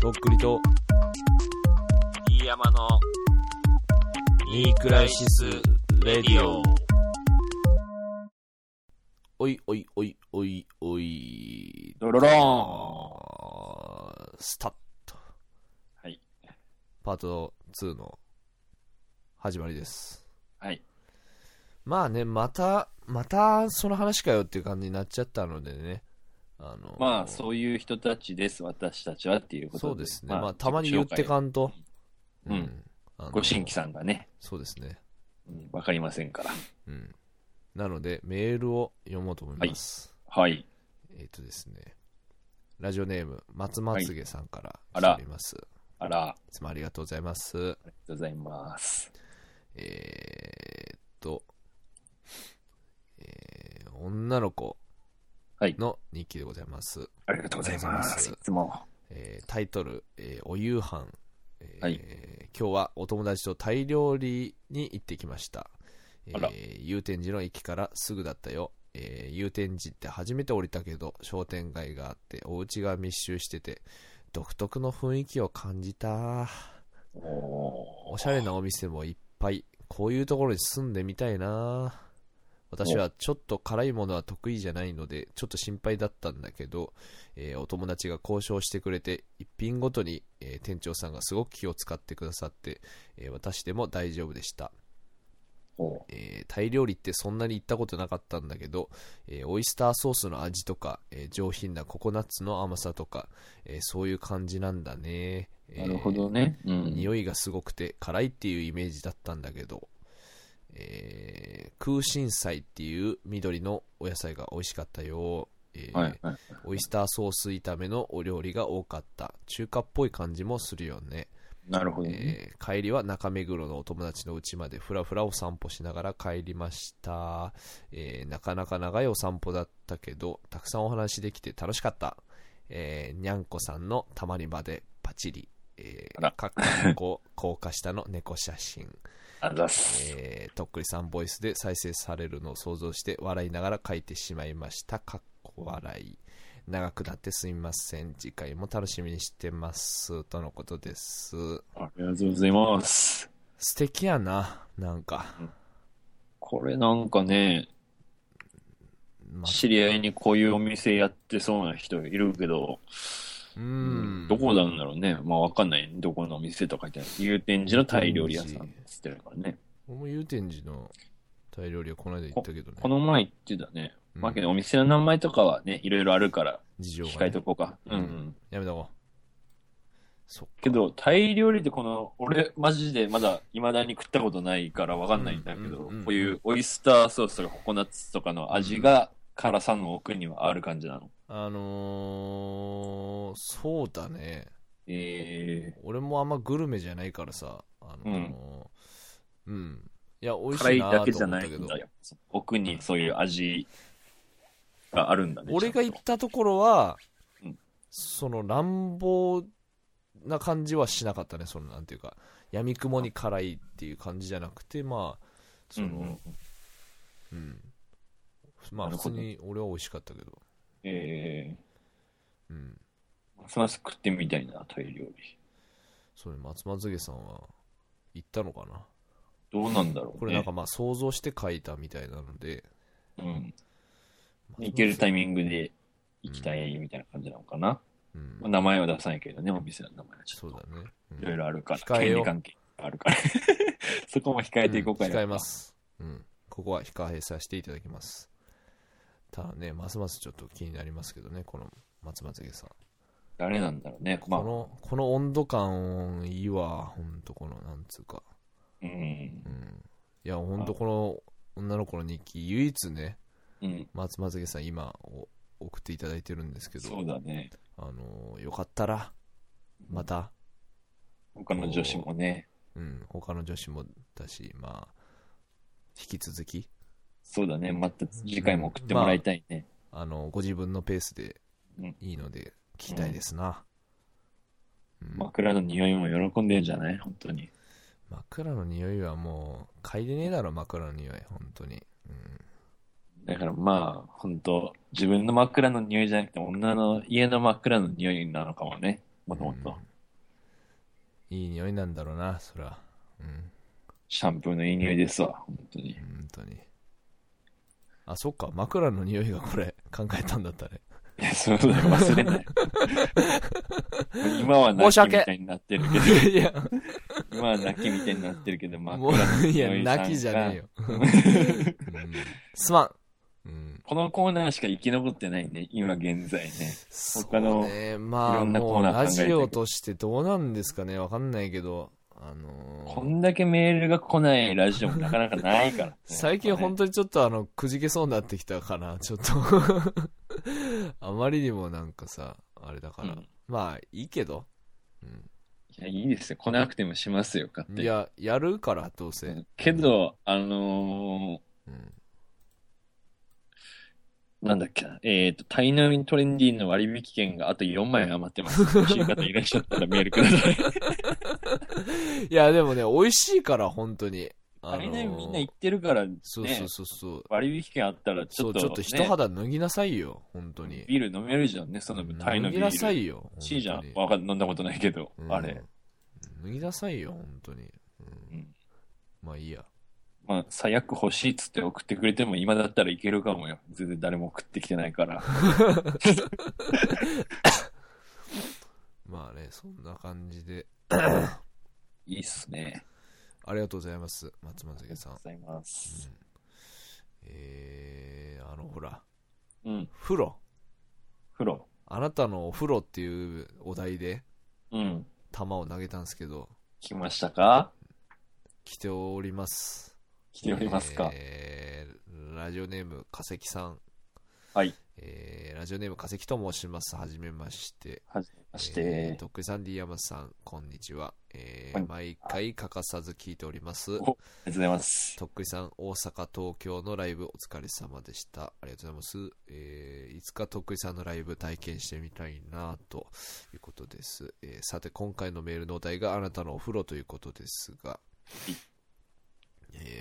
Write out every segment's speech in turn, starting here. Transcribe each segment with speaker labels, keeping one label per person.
Speaker 1: とっくりと、
Speaker 2: 飯山の
Speaker 1: ニークライシスレディオ。おいおいおいおいおい。
Speaker 2: ドロローン
Speaker 1: あースタッと。
Speaker 2: はい。
Speaker 1: パート2の始まりです。
Speaker 2: はい。
Speaker 1: まあね、また、またその話かよっていう感じになっちゃったのでね。あの
Speaker 2: まあ、そういう人たちです、私たちはっていうこと
Speaker 1: そうですね。まあ、たまに言ってかんと。
Speaker 2: うん。
Speaker 1: あの
Speaker 2: ご新規さんがね、
Speaker 1: そうですね。
Speaker 2: うんわかりませんから。
Speaker 1: うん。なので、メールを読もうと思います。
Speaker 2: はい。
Speaker 1: えっ、とですね。ラジオネーム、松まつげさんから
Speaker 2: あら
Speaker 1: ります。い、
Speaker 2: あら、あ
Speaker 1: つもありがとうございます。
Speaker 2: りがとうございます。
Speaker 1: えーっと、えー女の子
Speaker 2: はい
Speaker 1: の日記でございます。
Speaker 2: ありがとうございます。
Speaker 1: ありがとうございます
Speaker 2: いつも。
Speaker 1: えータイトル、えーお夕飯、えー
Speaker 2: はい
Speaker 1: 今日はお友達とタイ料理に行ってきました、えー
Speaker 2: あら
Speaker 1: 祐天寺の駅からすぐだったよ、えー祐天寺って初めて降りたけど商店街があってお家が密集してて独特の雰囲気を感じた
Speaker 2: お
Speaker 1: おしゃれなお店もいっぱいこういうところに住んでみたいな私はちょっと辛いものは得意じゃないのでちょっと心配だったんだけど、えーお友達が交渉してくれて一品ごとに、えー店長さんがすごく気を使ってくださって、えー私でも大丈夫でした
Speaker 2: お
Speaker 1: えータイ料理ってそんなに行ったことなかったんだけど、えーオイスターソースの味とか、えー上品なココナッツの甘さとか、えーそういう感じなんだね、えー
Speaker 2: なるほどね。うん。
Speaker 1: 匂いがすごくて辛いっていうイメージだったんだけど、えー、空心菜っていう緑のお野菜が美味しかったよ、えー
Speaker 2: はい。はい
Speaker 1: オイスターソース炒めのお料理が多かった中華っぽい感じもするよね、
Speaker 2: なるほどね。
Speaker 1: えー帰りは中目黒のお友達の家までふらふらお散歩しながら帰りました、えーなかなか長いお散歩だったけどたくさんお話できて楽しかった、えーにゃんこさんのたまり場でパチリ、え
Speaker 2: あ
Speaker 1: ー
Speaker 2: ら、
Speaker 1: かっこ高架下の猫写真、
Speaker 2: あざっす。
Speaker 1: えーとっくりさんボイスで再生されるのを想像して笑いながら書いてしまいましたかっこ笑い長くなってすみません次回も楽しみにしてますとのことです
Speaker 2: ありがとうございます。
Speaker 1: 素敵やななんか、
Speaker 2: これなんかね、
Speaker 1: ま
Speaker 2: 知り合いにこういうお店やってそうな人いるけど、
Speaker 1: う
Speaker 2: うんどこなんだろうね。まあわかんない。どこのお店とか言って、祐天寺のタイ料理屋さんって言ってるからね。
Speaker 1: 俺も祐天寺のタイ料理はこの間行ったけどね
Speaker 2: この前言ってたね。
Speaker 1: うん
Speaker 2: まあけどお店の名前とかはね、いろいろあるから、
Speaker 1: 事情
Speaker 2: 控
Speaker 1: が、
Speaker 2: え
Speaker 1: ね
Speaker 2: と、こうか。
Speaker 1: う
Speaker 2: うんん、
Speaker 1: やめとこうそっか
Speaker 2: けど、タイ料理ってこの、俺、マジでまだ、未だに食ったことないからわかんないんだけ
Speaker 1: うん
Speaker 2: ど、
Speaker 1: う
Speaker 2: こ
Speaker 1: んうん
Speaker 2: ういうオイスターソースとかココナッツとかの味が、辛さの奥にはある感じなの。
Speaker 1: あのー、そうだね
Speaker 2: え
Speaker 1: 俺もあんまグルメじゃないからさあのーうん、いや美
Speaker 2: ー、
Speaker 1: 味
Speaker 2: 辛
Speaker 1: しい
Speaker 2: い
Speaker 1: なと
Speaker 2: だ
Speaker 1: 思
Speaker 2: けじゃ
Speaker 1: っ
Speaker 2: な
Speaker 1: た
Speaker 2: い
Speaker 1: け
Speaker 2: ん
Speaker 1: ど
Speaker 2: だよ。奥にそういう味があるんだね。
Speaker 1: 俺が
Speaker 2: ちゃ
Speaker 1: 行
Speaker 2: んと
Speaker 1: ったところは、
Speaker 2: うん
Speaker 1: その乱暴な感じはしなかったねそのなんていうかやみくもに辛いっていう感じじゃなくてまあその、
Speaker 2: うんうん
Speaker 1: うん。まあ
Speaker 2: なる
Speaker 1: 普通
Speaker 2: ほど
Speaker 1: に俺は美味しかったけど。
Speaker 2: え
Speaker 1: うん。
Speaker 2: ー、ますます食ってみたいな、タイ料理。
Speaker 1: それ松松家さんは行ったのかな
Speaker 2: どうなんだろうね。
Speaker 1: これなんかまあ想像して書いたみたいなので。
Speaker 2: うん。
Speaker 1: 松
Speaker 2: 行ける
Speaker 1: 松
Speaker 2: タイミングで行きたいみたいな感じなのかな。
Speaker 1: うん
Speaker 2: まあ、名前は出さないけどね、お店の名前はちょ
Speaker 1: そ
Speaker 2: っ
Speaker 1: う
Speaker 2: と。
Speaker 1: だね。うん
Speaker 2: いろいろあるから、
Speaker 1: 控え
Speaker 2: 権
Speaker 1: よう
Speaker 2: 利関係あるから。 そこも控えていこうか
Speaker 1: ん控えま。す。うん。ここは控えさせていただきます。ただね、ますますちょっと気になりますけどね、この松松家さん。
Speaker 2: 誰なんだろうね。ま
Speaker 1: こ
Speaker 2: あ、
Speaker 1: の、この温度感いいわ、ほんとこの、なんつうか。
Speaker 2: うん
Speaker 1: う。ん。いや、ほんとこの女の子の日記、唯一ね、
Speaker 2: うん。
Speaker 1: 松松家さん今お送っていただいてるんですけど
Speaker 2: そうだね。
Speaker 1: あのーよかったらまた、
Speaker 2: 他の女子もね、
Speaker 1: うん、他の女子もだしまあ引き続き
Speaker 2: そうだね。また次回も送ってもらいたいね。
Speaker 1: あのご自分のペースで
Speaker 2: うん
Speaker 1: いいので聞きたいですな、うん
Speaker 2: 枕の匂いも喜んでんじゃない本当に。
Speaker 1: 枕の匂いはもう嗅いでねえだろ枕の匂い本当に、うん、
Speaker 2: だからまあ、本当自分の枕の匂いじゃなくて、女の家の枕の匂いなのかもね。もとも
Speaker 1: うん
Speaker 2: と。
Speaker 1: いい匂いなんだろうな、そら。うん、
Speaker 2: シャンプーのいい匂いですわ、本当に。
Speaker 1: 本当に。あ、そっか、枕の匂いがこれ、考えたんだ ったね。
Speaker 2: いやそうだよ、忘れ ない。今は泣
Speaker 1: 申し
Speaker 2: きみ
Speaker 1: 訳
Speaker 2: たいになってるけど、
Speaker 1: いや、
Speaker 2: 今は泣きみたいになってるけど、ま
Speaker 1: もう、いや、泣きじゃねえ よ。うんすまん。うん。
Speaker 2: このコーナーしか生き残ってないね、今現在ね。
Speaker 1: そう
Speaker 2: 他の
Speaker 1: ね、まあ、
Speaker 2: いろんなコ
Speaker 1: も
Speaker 2: ー
Speaker 1: う、
Speaker 2: ナー考え
Speaker 1: ラ
Speaker 2: て
Speaker 1: ジオとしてどうなんですかね、わかんないけど、あ
Speaker 2: こ
Speaker 1: のー
Speaker 2: んだけメールが来ないラジオもなかなかないから、
Speaker 1: 最近本
Speaker 2: 当
Speaker 1: 当にちょっとあの、くじけそうになってきたかな、ちょっと。 あまりにもなんかさ、あれだから。
Speaker 2: うん
Speaker 1: まあ、いいけど。うん。
Speaker 2: いや、いいですよ。来なくてもしますよ、勝
Speaker 1: い
Speaker 2: 手に。
Speaker 1: や、やるから、どうせ。
Speaker 2: けど、あの
Speaker 1: うん。
Speaker 2: ーなんだっけな、えっ、と、タイナミトレンディーの割引券があと4枚余ってます。欲しい方いらっしゃったらメールください。
Speaker 1: いや、でもね、美味しいから、本当に。 あ
Speaker 2: タ
Speaker 1: のー
Speaker 2: イナミみんな行ってるから、ね、
Speaker 1: そうそうそうそう。
Speaker 2: 割引券あったらち
Speaker 1: そ
Speaker 2: ょっ
Speaker 1: う、
Speaker 2: と、ね、
Speaker 1: ちょっと一肌脱ぎなさいよ、本当に。
Speaker 2: ビール飲めるじゃんね、そのタイの
Speaker 1: 脱ぎ
Speaker 2: ビール。
Speaker 1: なさいよ。
Speaker 2: しいじゃん
Speaker 1: 本。当に
Speaker 2: わかん飲んだことないけど、
Speaker 1: うん
Speaker 2: あれ。
Speaker 1: 脱ぎなさいよ、本当に。うん
Speaker 2: うん
Speaker 1: まあいいや。
Speaker 2: まあ、最悪欲しいっつって送ってくれても今だったらいけるかもよ。全然誰も送ってきてな いから。
Speaker 1: まあね、そんな感じで。
Speaker 2: いいっすね。
Speaker 1: ありがとうございます、松本
Speaker 2: あ
Speaker 1: 家さん
Speaker 2: ご。ざいます。
Speaker 1: えー、あの、ほら、
Speaker 2: うん、
Speaker 1: 風呂。
Speaker 2: 風呂。
Speaker 1: あなたのお風呂っていうお題で、
Speaker 2: うん。
Speaker 1: 球を投げたんですけど、
Speaker 2: 来ましたか
Speaker 1: 来ております。
Speaker 2: 来ておりますか、
Speaker 1: えーラジオネーム化石さん、
Speaker 2: はい。
Speaker 1: えーラジオネーム化石と申しますはじめまして
Speaker 2: はじめまして。
Speaker 1: えーとっくりさん D 山さんこんにちは、えー
Speaker 2: こんに
Speaker 1: 毎回欠かさず聞いております
Speaker 2: おありがとうございます。
Speaker 1: とっくりさん大阪東京のライブお疲れ様でしたありがとうございます、えーいつかとっくりさんのライブ体験してみたいなということです、えーさて今回のメールのお題があなたのお風呂ということですが、えー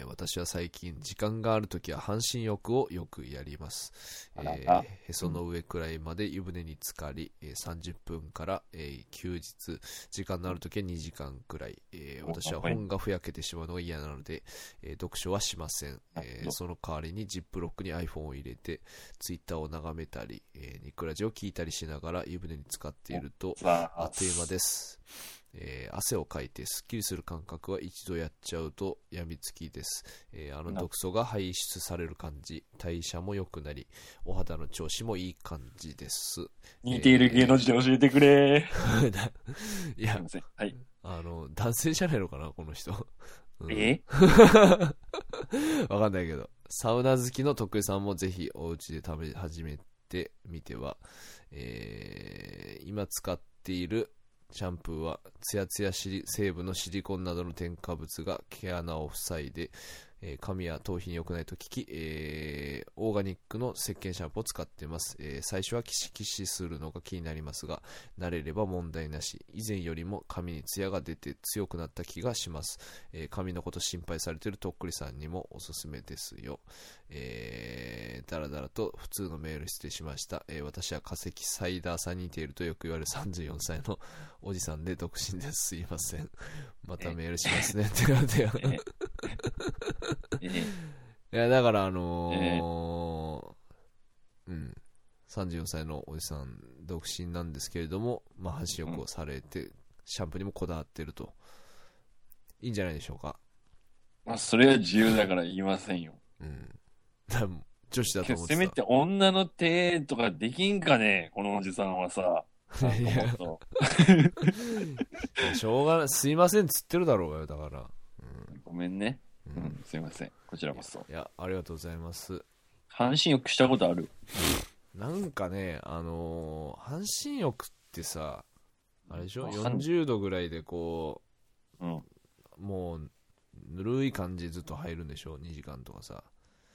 Speaker 1: 私は最近時間があるときは半身浴をよくやります、
Speaker 2: あら
Speaker 1: え
Speaker 2: あ
Speaker 1: ーへその上くらいまで湯船に浸かり、えー30分から、えー休日時間のあるときは2時間くらい、えー
Speaker 2: お
Speaker 1: 私は本がふやけてしまうのが嫌なので、えー読書はしません、
Speaker 2: なる
Speaker 1: え
Speaker 2: ほ
Speaker 1: ー
Speaker 2: ど
Speaker 1: その代わりにジップロックに iPhone を入れてツイッターを眺めたり、えーニクラジを聞いたりしながら湯船に浸かっていると
Speaker 2: さ
Speaker 1: あっという間です、えー汗をかいてすっきりする感覚は一度やっちゃうとやみつきです、えーあの
Speaker 2: な
Speaker 1: 毒素が排出される感じ代謝も良くなりお肌の調子もいい感じです
Speaker 2: 似ている芸能人教えてくれ。
Speaker 1: だい
Speaker 2: す
Speaker 1: や
Speaker 2: いません。はい。
Speaker 1: あの男性じゃないのかなこの人、うん
Speaker 2: え
Speaker 1: わかんないけど、サウナ好きの徳井さんもぜひお家で食べ始めてみては、えー今使っているシャンプーは、ツヤツヤシリ成分のシリコンなどの添加物が毛穴を塞いで、えー髪や頭皮に良くないと聞き、えーオーガニックの石鹸シャンプーを使っています、えー最初はキシキシするのが気になりますが、慣れれば問題なし、以前よりも髪にツヤが出て強くなった気がします。えー髪のこと心配されてるとっくりさんにもおすすめですよ。えー、だらだらと普通のメール失礼しました。えー私は化石サイダーさんに似ているとよく言われる34歳のおじさんで独身です。すいません。またメールしますね。ってなってよ。
Speaker 2: ええ
Speaker 1: いや、だからあのーうん。34歳のおじさん、独身なんですけれども、まあ、半身浴をされて、シャンプーにもこだわってると。いいんじゃないでしょうか。
Speaker 2: まあ、それは自由だから言いませんよ。
Speaker 1: うん。だから女子だと思って
Speaker 2: せ
Speaker 1: た。
Speaker 2: めて女の手とかできんかねこのおじさんはさ。
Speaker 1: いや
Speaker 2: なんかもっ
Speaker 1: しょうがない。すいませんっつってるだろうがよ、だから。
Speaker 2: とごめんね。
Speaker 1: う。
Speaker 2: うんん、すいません。こちらこそ。
Speaker 1: いや、ありがとうございます。
Speaker 2: 半身浴したことある
Speaker 1: なんかね、あのー半身浴ってさ、あれでしょ
Speaker 2: わかん
Speaker 1: ?40 度ぐらいでこ
Speaker 2: うん。
Speaker 1: う、もう、ぬるい感じずっと入るんでしょ ?2 時間とかさ。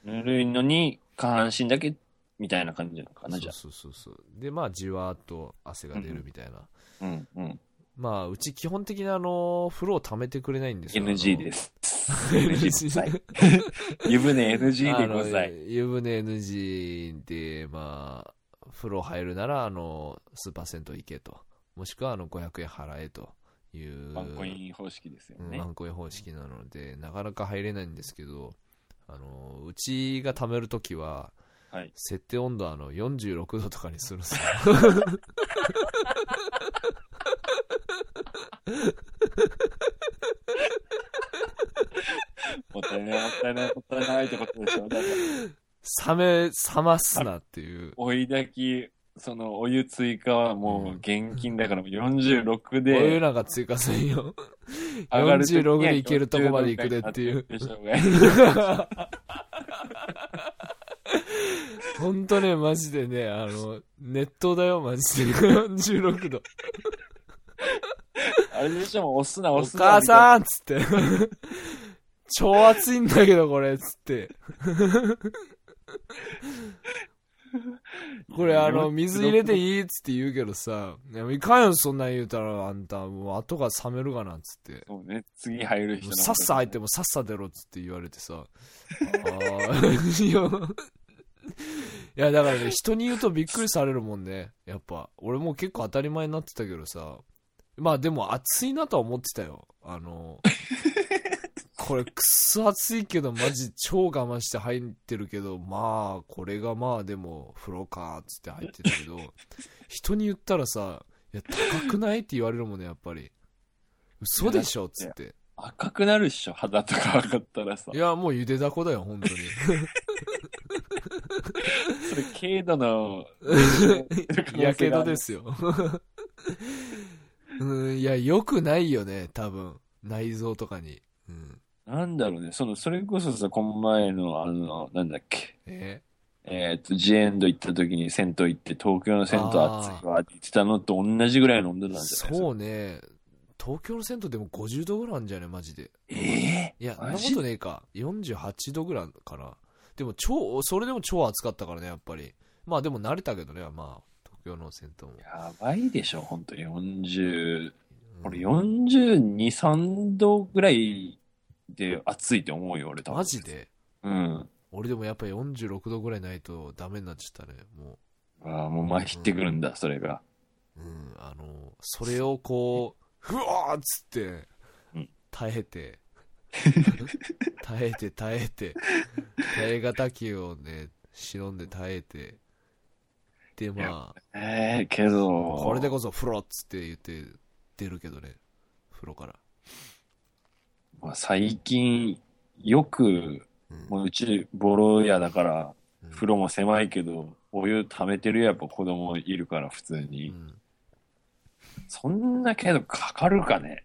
Speaker 2: ぬるいのに、下半身だけみたいな感じなのかな、じゃ
Speaker 1: そうそうそうそう。で、まあ、じわーっと汗が出るみたいな。
Speaker 2: あ。うん、うん。
Speaker 1: まあ、うち基本的にあのー、風呂を溜めてくれないんですよ。
Speaker 2: NG
Speaker 1: す
Speaker 2: です。NG ですはい。湯船 NG でござ
Speaker 1: あ
Speaker 2: い。
Speaker 1: の湯船 NG で、まあ、風呂入るなら、あの、スーパー銭湯行けと。もしくは、あの、500円払えという、
Speaker 2: ワンコイン方式ですよ
Speaker 1: うん
Speaker 2: ね。
Speaker 1: ワンコイン方式なので、なかなか入れないんですけど、あの、うちが貯めるときは、
Speaker 2: はい。
Speaker 1: 設定温度はあの46度とかにするんですよ。
Speaker 2: もったいない、もったいない、もったいないってことでしょ。だか
Speaker 1: 冷
Speaker 2: ら
Speaker 1: め、冷ますなっていう。
Speaker 2: 追い炊き、そのお湯追加はもう現金だからもう46
Speaker 1: お湯
Speaker 2: で、
Speaker 1: なんか追加する よ。
Speaker 2: 上がる時には
Speaker 1: 46で行けるとこまで行くでって いう。
Speaker 2: 46がいいでしょうが
Speaker 1: ほんとね、マジでね、あの、熱湯だよ、マジで。46度。
Speaker 2: あれでしょ、もう押すな、
Speaker 1: お
Speaker 2: 押すな。
Speaker 1: 母さ
Speaker 2: ん
Speaker 1: んっつって。超熱いんだけど、これ、つ って。これ、あの、水入れていいっつって言うけどさ、いやいかんよ、そんなん言うたら、あんた、もう後が冷めるがな、つって。
Speaker 2: そうね、次入る人
Speaker 1: も
Speaker 2: の
Speaker 1: うさっさ入ってもさっさ出ろっつって言われてさ。あー いやいや、だからね、人に言うとびっくりされるもんね。やっぱ、俺もう結構当たり前になってたけどさ。まあでも暑いなとは思ってたよ。あの、これくっそ暑いけど、マジ超我慢して入ってるけど、まあ、これがまあでも風呂か、っつって入ってたけど、人に言ったらさ、いや、高くないって言われるもんね、やっぱり。嘘でしょっつって。
Speaker 2: 赤くなるっしょ、肌とか上がったらさ
Speaker 1: い。や、もうゆでだこだよ、本当に。
Speaker 2: それ、軽 度の、
Speaker 1: やけどですよ。 うん、いや、良くないよね、多分。内臓とかに。うん。
Speaker 2: なんだろうね、その、それこそさ、この前の、あの、なんだっけ、
Speaker 1: え
Speaker 2: えっ、と、ジエンド行った時に銭湯行って、東京の銭湯暑いわって言ってたのと同じぐらいの温度なんじゃないですか。
Speaker 1: そうね。東京の銭湯でも50度ぐらいあるんじゃないマジで。
Speaker 2: え
Speaker 1: いや、そん
Speaker 2: マ
Speaker 1: なこ
Speaker 2: ジ
Speaker 1: とねえか。48度ぐらいかな。でも超、それでも超暑かったからね、やっぱり。まあでも慣れたけどね、まあ、東京の銭湯も
Speaker 2: ー。やばいでしょ、本当40、
Speaker 1: うん
Speaker 2: 俺42、3度ぐらいで暑いって思うよ、俺多分。
Speaker 1: マジで
Speaker 2: うん。
Speaker 1: 俺でもやっぱり46度ぐらいないとダメになっちゃったね、もう。
Speaker 2: ああ、もうまひってくるんだ、それが。
Speaker 1: うん、あの、それをこう、ふわーっつって
Speaker 2: うん、
Speaker 1: 耐えて、耐えて耐えて、耐え難きをね、忍んで耐えて、で、まあ、
Speaker 2: ええけど。
Speaker 1: これでこそ風呂っつって言って出るけどね、風呂から。
Speaker 2: まあ、最近、よく、
Speaker 1: うん
Speaker 2: もううちボロ屋だから、
Speaker 1: うん
Speaker 2: 風呂も狭いけど、お湯溜めてるやっぱ子供いるから、普通
Speaker 1: う
Speaker 2: に。
Speaker 1: ん
Speaker 2: そんなけど、かかるかね。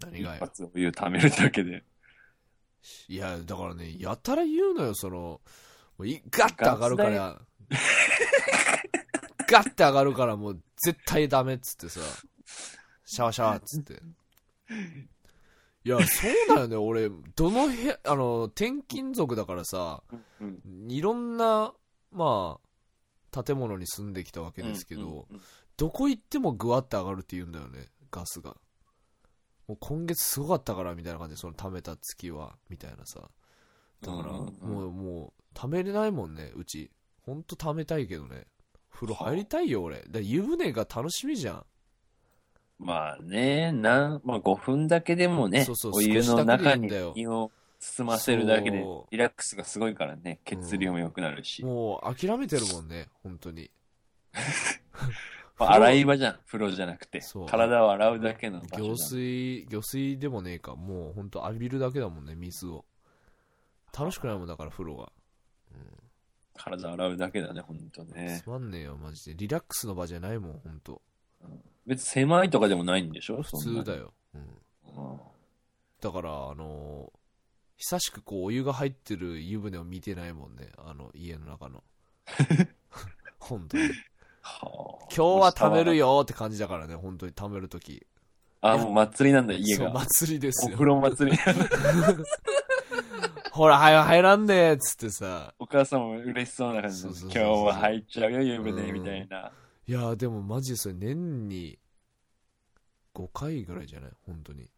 Speaker 1: 何
Speaker 2: 一
Speaker 1: がよ。
Speaker 2: 発お湯溜めるだけで。
Speaker 1: いや、だからね、やたら言うのよ、その、もういガッて上がるから、ガッて上がるからもう絶対ダメっつってさ、シャワシャワっつって。いや、そうだよね、俺、どの部屋、あの、転勤族だからさ、
Speaker 2: うん。
Speaker 1: いろんな、まあ、建物に住んできたわけですけど、
Speaker 2: うん。
Speaker 1: どこ行ってもグワッて上がるって言うんだよね、ガスが。もう今月すごかったからみたいな感じで、その貯めた月は、みたいなさ。だから、
Speaker 2: うんうんうん
Speaker 1: もう、もう、貯めれないもんね、うち。ほんと貯めたいけどね。風呂入りたいよ、俺。で湯船が楽しみじゃん。
Speaker 2: まあね、なん、まあ5分だけでもね、
Speaker 1: そうそう
Speaker 2: お湯
Speaker 1: 少
Speaker 2: の中に
Speaker 1: しだけでいいんだよ
Speaker 2: 身を包ませるだけで
Speaker 1: そう、
Speaker 2: リラックスがすごいからね、血流も良くなるし。
Speaker 1: もう、諦めてるもんね、本当に。
Speaker 2: まあ 洗い場じゃん、風呂じゃなくて
Speaker 1: そう。
Speaker 2: 体を洗うだけの場所
Speaker 1: 行
Speaker 2: じゃん
Speaker 1: 水、行水でもねえか。もう、ほんと浴びるだけだもんね、水を。楽しくないもんだから、風呂が。
Speaker 2: 体を洗うだけだね、ほんとね
Speaker 1: つ。まんねえよ、マジで。リラックスの場じゃないもん、ほんと。
Speaker 2: 別に狭いとかでもないんでしょ
Speaker 1: 普通だ
Speaker 2: よ。
Speaker 1: よ。うん。
Speaker 2: うん
Speaker 1: だから、あのー久しくこう、お湯が入ってる湯船を見てないもんね。あの、家の中 の。本当に。
Speaker 2: はあ
Speaker 1: 今日は貯める。よって感じだからね、本当に貯めるとき。
Speaker 2: あ、もう祭りなんだ、家
Speaker 1: そう、
Speaker 2: が。
Speaker 1: 祭りです
Speaker 2: お
Speaker 1: よ
Speaker 2: 風。呂祭り。
Speaker 1: ほら、早く入らんねえっつってさ。
Speaker 2: お母さんも嬉しそうな感じで
Speaker 1: そうそうそう
Speaker 2: 今
Speaker 1: そ
Speaker 2: 日
Speaker 1: う
Speaker 2: は入っちゃうよ、湯船、
Speaker 1: うん
Speaker 2: みたいな。
Speaker 1: いやー、でもマジでそれ年に5回ぐらいじゃない本当に。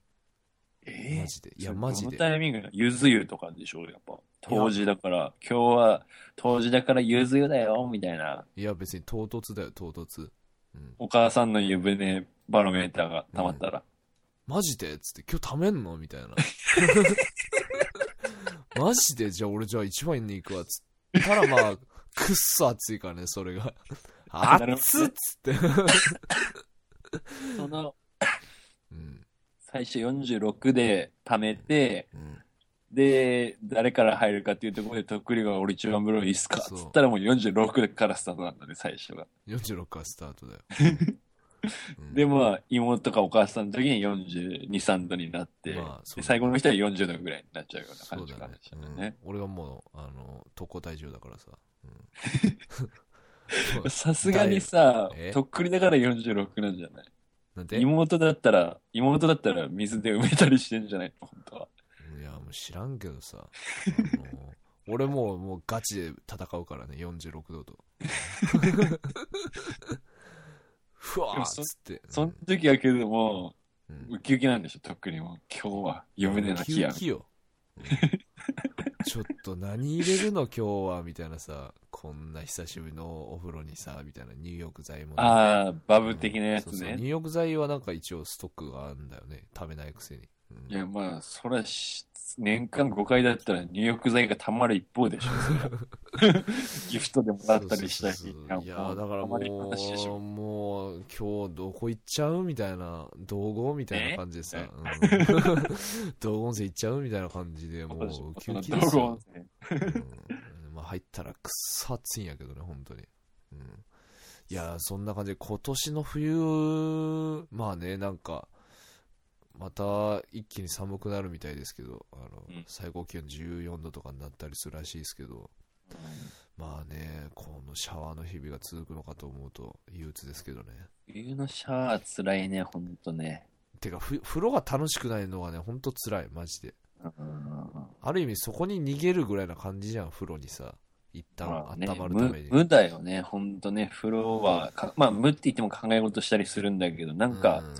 Speaker 2: ええ
Speaker 1: マジで。いや、
Speaker 2: それ
Speaker 1: マジ
Speaker 2: どの
Speaker 1: で。
Speaker 2: タイミングなのゆず湯とかでしょ、やっぱ。当時だから、今日は当時だからゆず湯だよ、みたいな。
Speaker 1: いや、別に唐突だよ、唐突。うん。
Speaker 2: お母さんの湯船バロメーターが溜まったら。
Speaker 1: マジでつって、今日食べんのみたいな。 マジでじゃあ俺じゃあ一番に行くわ。つったらまあ、くっそ暑いからね、それが。
Speaker 2: あなるほど
Speaker 1: 暑
Speaker 2: ね
Speaker 1: っつって。
Speaker 2: その、
Speaker 1: うん。
Speaker 2: 最初46で貯めて、
Speaker 1: うん。
Speaker 2: で、誰から入るかっていうところで、とっくりが俺一番風呂いいっすか
Speaker 1: そう
Speaker 2: つったらもう46からスタートなんだね、最初が。
Speaker 1: 46からスタートだよ。うん
Speaker 2: で、まあ、妹かお母さんの時に42、3度になって、
Speaker 1: まあそうだね
Speaker 2: で最後の人は40度ぐらいになっちゃうような
Speaker 1: そ
Speaker 2: 感
Speaker 1: う
Speaker 2: じ
Speaker 1: だ
Speaker 2: か
Speaker 1: ね
Speaker 2: もしれないね。
Speaker 1: うん。俺はもう、あの、特攻体重だからさ。うん そう
Speaker 2: さすがにさ
Speaker 1: え、
Speaker 2: とっくりだから46なんじゃない
Speaker 1: なんてい
Speaker 2: 妹だったら、妹だったら水で埋めたりしてんじゃない本当は。
Speaker 1: や、もう知らんけどさ。あの俺もう、もうガチで戦うからね、46度と。ふわーっつって。
Speaker 2: その時はけども、
Speaker 1: うん
Speaker 2: ウキウキなんでしょ、とっくりも。今日は読めねえな、
Speaker 1: ウキ
Speaker 2: 気や
Speaker 1: ウ。キよ。うんちょっと何入れるの今日はみたいなさ、こんな久しぶりのお風呂にさ、みたいな入浴剤もね、
Speaker 2: ああ、バブ的なや
Speaker 1: そ
Speaker 2: つ
Speaker 1: うそう
Speaker 2: ね。
Speaker 1: 入浴剤はなんか一応ストックがあるんだよね。食べないくせに。うん
Speaker 2: いや、まあ、そらし、年間5回だったら入浴剤がたまる一方でしょ。そ れはギフトでもらったりしたり
Speaker 1: そうそうそう。いやーだから
Speaker 2: たまりっぱ
Speaker 1: も
Speaker 2: なしでし
Speaker 1: う、
Speaker 2: ょ。
Speaker 1: もう今日どこ行っちゃうみたいな、道後みたいな感じでさ、
Speaker 2: え
Speaker 1: うん 道後温泉行っちゃうみたいな感じで、も
Speaker 2: 今年
Speaker 1: う
Speaker 2: も
Speaker 1: ウキ
Speaker 2: そ
Speaker 1: ウ
Speaker 2: の
Speaker 1: キ
Speaker 2: 道
Speaker 1: です
Speaker 2: 後
Speaker 1: よ
Speaker 2: 温。泉
Speaker 1: うんまあ、入ったらくっそ暑いんやけどね、本当に。うん、いやー、そんな感じで、今年の冬、まあね、なんか、また一気に寒くなるみたいですけど、あの
Speaker 2: うん
Speaker 1: 最高気温14度とかになったりするらしいですけど、まあね、このシャワーの日々が続くのかと思うと、憂鬱ですけどね。
Speaker 2: 冬のシャワーつらいね、ほんとね。
Speaker 1: てか、ふ風呂が楽しくないのがね、ほんと辛い、マジで。
Speaker 2: うん
Speaker 1: ある意味、そこに逃げるぐらいな感じじゃん、風呂にさ。一旦
Speaker 2: まあね
Speaker 1: 温まるために。
Speaker 2: 無無だよね、ほんとね。風呂はか、まあ、無って言っても考え事したりするんだけど、なんか、
Speaker 1: うん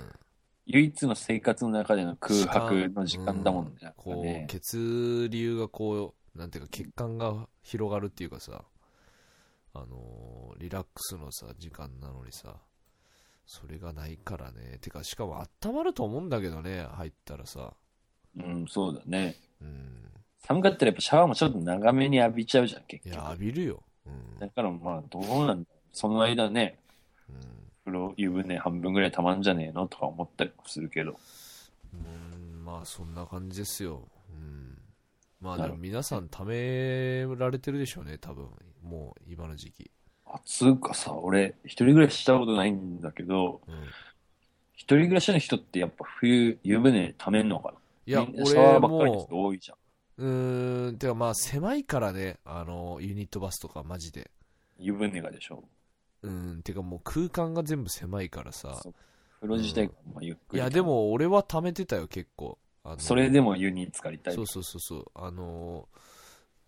Speaker 2: 唯一の生活の中での空白の時間だもんね。
Speaker 1: う
Speaker 2: なんか
Speaker 1: こ
Speaker 2: ね
Speaker 1: う血流がこうなんていうか血管が広がるっていうかさあのーリラックスのさ時間なのにさそれがないからねてかしかも温まると思うんだけどね入ったらさ
Speaker 2: うん、そうだね。
Speaker 1: うん
Speaker 2: 寒かったらやっぱシャワーもちょっと長めに浴びちゃうじゃん、結
Speaker 1: い
Speaker 2: 局。
Speaker 1: や浴びるようん、
Speaker 2: だからまあ、どうなんだろうその間ね、
Speaker 1: うん
Speaker 2: 風呂、湯船半分ぐらいたまんじゃねえのとか思ったりもするけど。
Speaker 1: うんまあそんな感じですようんまあでも皆さん貯められてるでしょうね多分もう今の時期
Speaker 2: あ、つうかさ、俺、一人暮らししたことないんだけど、
Speaker 1: うん
Speaker 2: 一人暮らしの人ってやっぱ冬、湯船ためんのかない
Speaker 1: や
Speaker 2: みんなシャワ
Speaker 1: 俺
Speaker 2: ーばっかりの
Speaker 1: もう
Speaker 2: 人多いじゃん。
Speaker 1: うーん、てかまあ狭いからね、あの、ユニットバスとかマジで。
Speaker 2: 湯船がでしょ。
Speaker 1: うん、てかもう空間が全部狭いからさ。
Speaker 2: そう風呂自体がまあゆっく
Speaker 1: い
Speaker 2: り。
Speaker 1: や、で、も俺は貯めてたよ、結構。あの
Speaker 2: それでも湯に浸かりたい。
Speaker 1: そうそうそうそう。あの、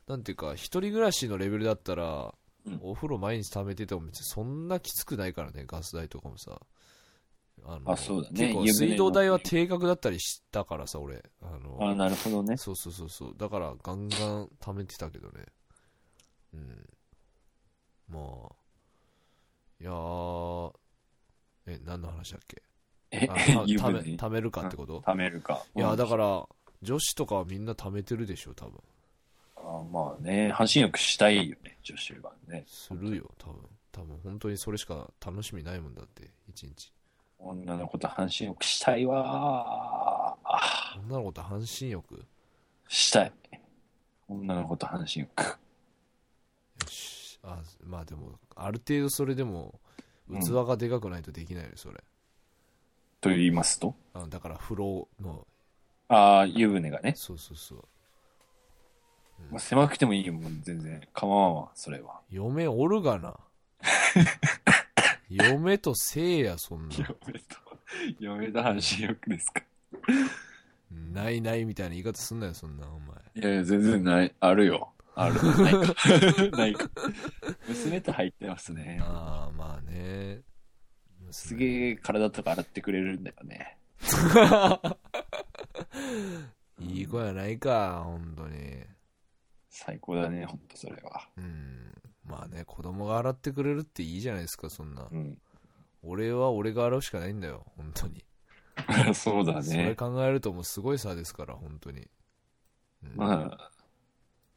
Speaker 1: なんていうか、一人暮らしのレベルだったら、
Speaker 2: うん
Speaker 1: お風呂毎日貯めてても別にそんなきつくないからね、ガス代とかもさ。あの
Speaker 2: あそうだね
Speaker 1: 結構
Speaker 2: 湯船の
Speaker 1: 水道代は定額だったりしたからさ、俺。あの
Speaker 2: あ、なるほどね。
Speaker 1: そうそうそうそうだからガンガン貯めてたけどねうんまあいやーえ何の話だっけ
Speaker 2: え
Speaker 1: あ、
Speaker 2: 湯
Speaker 1: た貯め
Speaker 2: 船
Speaker 1: 貯めるかってこと
Speaker 2: ためるか。
Speaker 1: いやだから女子とかはみんな貯めてるでしょ多分
Speaker 2: あまあね、半身浴したいよね、女子はね。
Speaker 1: するよ多分多分本当にそれしか楽しみないもんだって一日
Speaker 2: 女の子と半身浴したいわーあ
Speaker 1: 女の子と半身浴よ
Speaker 2: したい。女の子と半身浴。
Speaker 1: しあまあでもある程度それでも
Speaker 2: うん
Speaker 1: 器がでかくないとできないよねそれ、
Speaker 2: と言いますと
Speaker 1: あのだから風呂の
Speaker 2: ああ、湯船がね。
Speaker 1: そうそうそう
Speaker 2: まあ、狭くてもいいよ、もう全然。構わんわ、それ は。
Speaker 1: 嫁おる がな嫁とせいやそんな
Speaker 2: 嫁と、嫁と半身浴ですか。
Speaker 1: ないないみたいな言い方すんなよそんなお前
Speaker 2: いやいや、全然ない、あるよ。ある。ないか。ないか。娘と入ってますね。
Speaker 1: ああまあね
Speaker 2: すげえ体とか洗ってくれるんだよね。
Speaker 1: いい子やないか本当に
Speaker 2: 最高だね、ほんとそれは。
Speaker 1: うんまあね子供が洗ってくれるっていいじゃないですかそんな
Speaker 2: うん。
Speaker 1: 俺は俺が洗うしかないんだよ本当に
Speaker 2: そうだ
Speaker 1: それ
Speaker 2: ね。
Speaker 1: 考えるともうすごい差ですから、本当に。うん
Speaker 2: まあ、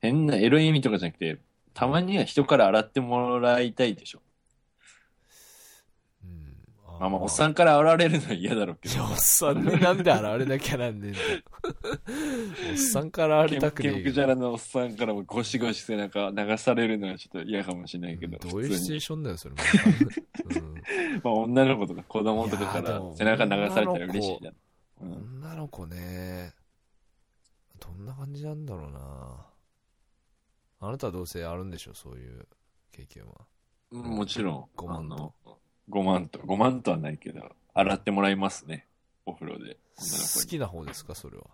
Speaker 2: 変なエロい意味とかじゃなくて、たまには人から洗ってもらいたいでしょ。
Speaker 1: うん
Speaker 2: まあまあ、おっさんから洗われるのは嫌だろうけ
Speaker 1: い
Speaker 2: ど。
Speaker 1: や、おっさんになんで現れなきゃなんねえんだ よおっさんから現れたくね
Speaker 2: ケム
Speaker 1: え
Speaker 2: ケム
Speaker 1: よ
Speaker 2: じゃらのおっさんからもゴシゴシ背中流されるのはちょっと嫌かもしれないけど、
Speaker 1: どういう
Speaker 2: 普
Speaker 1: シチ
Speaker 2: 通
Speaker 1: ュエ
Speaker 2: に
Speaker 1: ーションだよ、それも。 うん
Speaker 2: まあ、女の子とか子供とかか
Speaker 1: いやーで
Speaker 2: ら
Speaker 1: も
Speaker 2: 背中流されたら嬉しいじゃん。うん
Speaker 1: 女の子ね、どんな感じなんだろうな。あなたはどうせあるんでしょ、そういう経験は。
Speaker 2: うんもちろん。
Speaker 1: ごまんと
Speaker 2: あの。5万と。5万とはないけど、洗ってもらいますね。お風呂で。女の子
Speaker 1: 好
Speaker 2: に。
Speaker 1: きな方ですか、それは。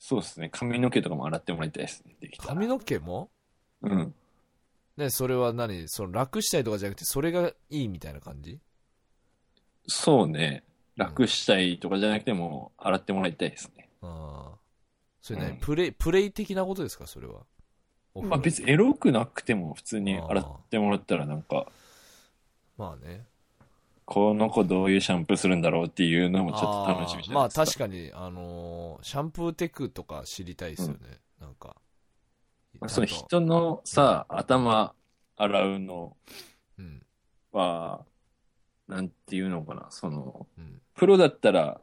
Speaker 2: そうですね。髪の毛とかも洗ってもらいたいですね。できたら
Speaker 1: 髪の毛も
Speaker 2: うん。
Speaker 1: ね、それは何その楽したいとかじゃなくて、それがいいみたいな感じ
Speaker 2: そうね。楽したいとかじゃなくても、洗ってもらいたいですね。
Speaker 1: ああ。それね、
Speaker 2: うん
Speaker 1: プレイ、プレイ的なことですか、それは。お風呂
Speaker 2: まあ別にエロくなくても、普通に洗ってもらったらなんか、
Speaker 1: まあね。
Speaker 2: この子どういうシャンプーするんだろうっていうのもちょっと楽しみじゃ
Speaker 1: あーま
Speaker 2: ない
Speaker 1: あ
Speaker 2: ですか。
Speaker 1: 確かに、あのーシャンプーテクとか知りたいですよね。なんか。
Speaker 2: その
Speaker 1: ちゃんと
Speaker 2: 人のさ、頭洗うの
Speaker 1: うん。
Speaker 2: は、なんていうのかな、その、
Speaker 1: うん。
Speaker 2: プロだったら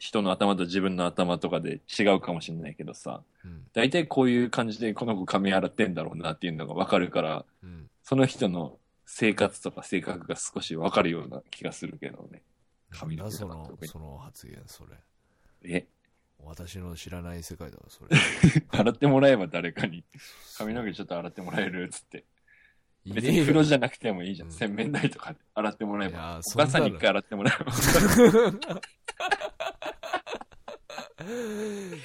Speaker 2: 人の頭と自分の頭とかで違うかもしれないけどさ、
Speaker 1: うん。
Speaker 2: 大体こういう感じでこの子髪洗ってんだろうなっていうのがわかるから、
Speaker 1: うん。
Speaker 2: その人の生活とか性格が少しわかるような気がするけどね。髪の
Speaker 1: なんだ
Speaker 2: 毛
Speaker 1: そ
Speaker 2: とか
Speaker 1: の
Speaker 2: 特、に
Speaker 1: その発言、それ。
Speaker 2: え、
Speaker 1: 私の知らない世界だわ、それ。
Speaker 2: 洗ってもらえば誰かに髪の毛ちょっと洗ってもらえるっつって。
Speaker 1: い
Speaker 2: 別
Speaker 1: ねえ
Speaker 2: に
Speaker 1: よ
Speaker 2: 風呂じゃなくてもいいじゃん。
Speaker 1: うん
Speaker 2: 洗面台とかで洗ってもらえ
Speaker 1: い
Speaker 2: ば。
Speaker 1: やー
Speaker 2: お母さんに
Speaker 1: そ
Speaker 2: 一
Speaker 1: んな
Speaker 2: 回洗ってもらえば。
Speaker 1: の うんい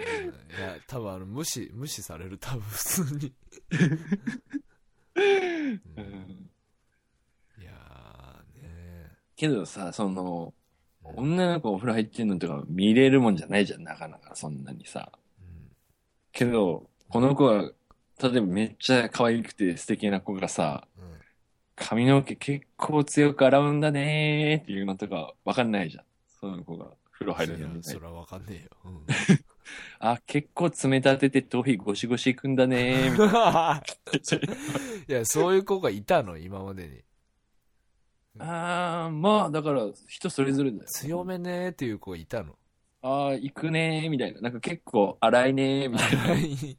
Speaker 1: や、多分あの、無視、無視される、多分普通に。う
Speaker 2: うんん
Speaker 1: いやーね
Speaker 2: けどさ、その、
Speaker 1: うん
Speaker 2: 女の子お風呂入ってんのとか見れるもんじゃないじゃん、なかなかそんなにさ。
Speaker 1: うん
Speaker 2: けど、この子は、例えばめっちゃ可愛くて素敵な子がさ、
Speaker 1: うん
Speaker 2: 髪の毛結構強く洗うんだねーっていうのとかわかんないじゃん。その子が風呂入るの
Speaker 1: いや
Speaker 2: みたい
Speaker 1: そ
Speaker 2: な。
Speaker 1: れはわかんねえよ。 うん
Speaker 2: あ、結構爪立てて頭皮ゴシゴシいくんだねーみたい
Speaker 1: いや、そういう子がいたの、今までに。
Speaker 2: な。あー、まあだから人それぞれだよ。
Speaker 1: 強。めねーっていう子がいたの。
Speaker 2: あー、いくねーみたいな。なんか結構荒い ねーみたいな。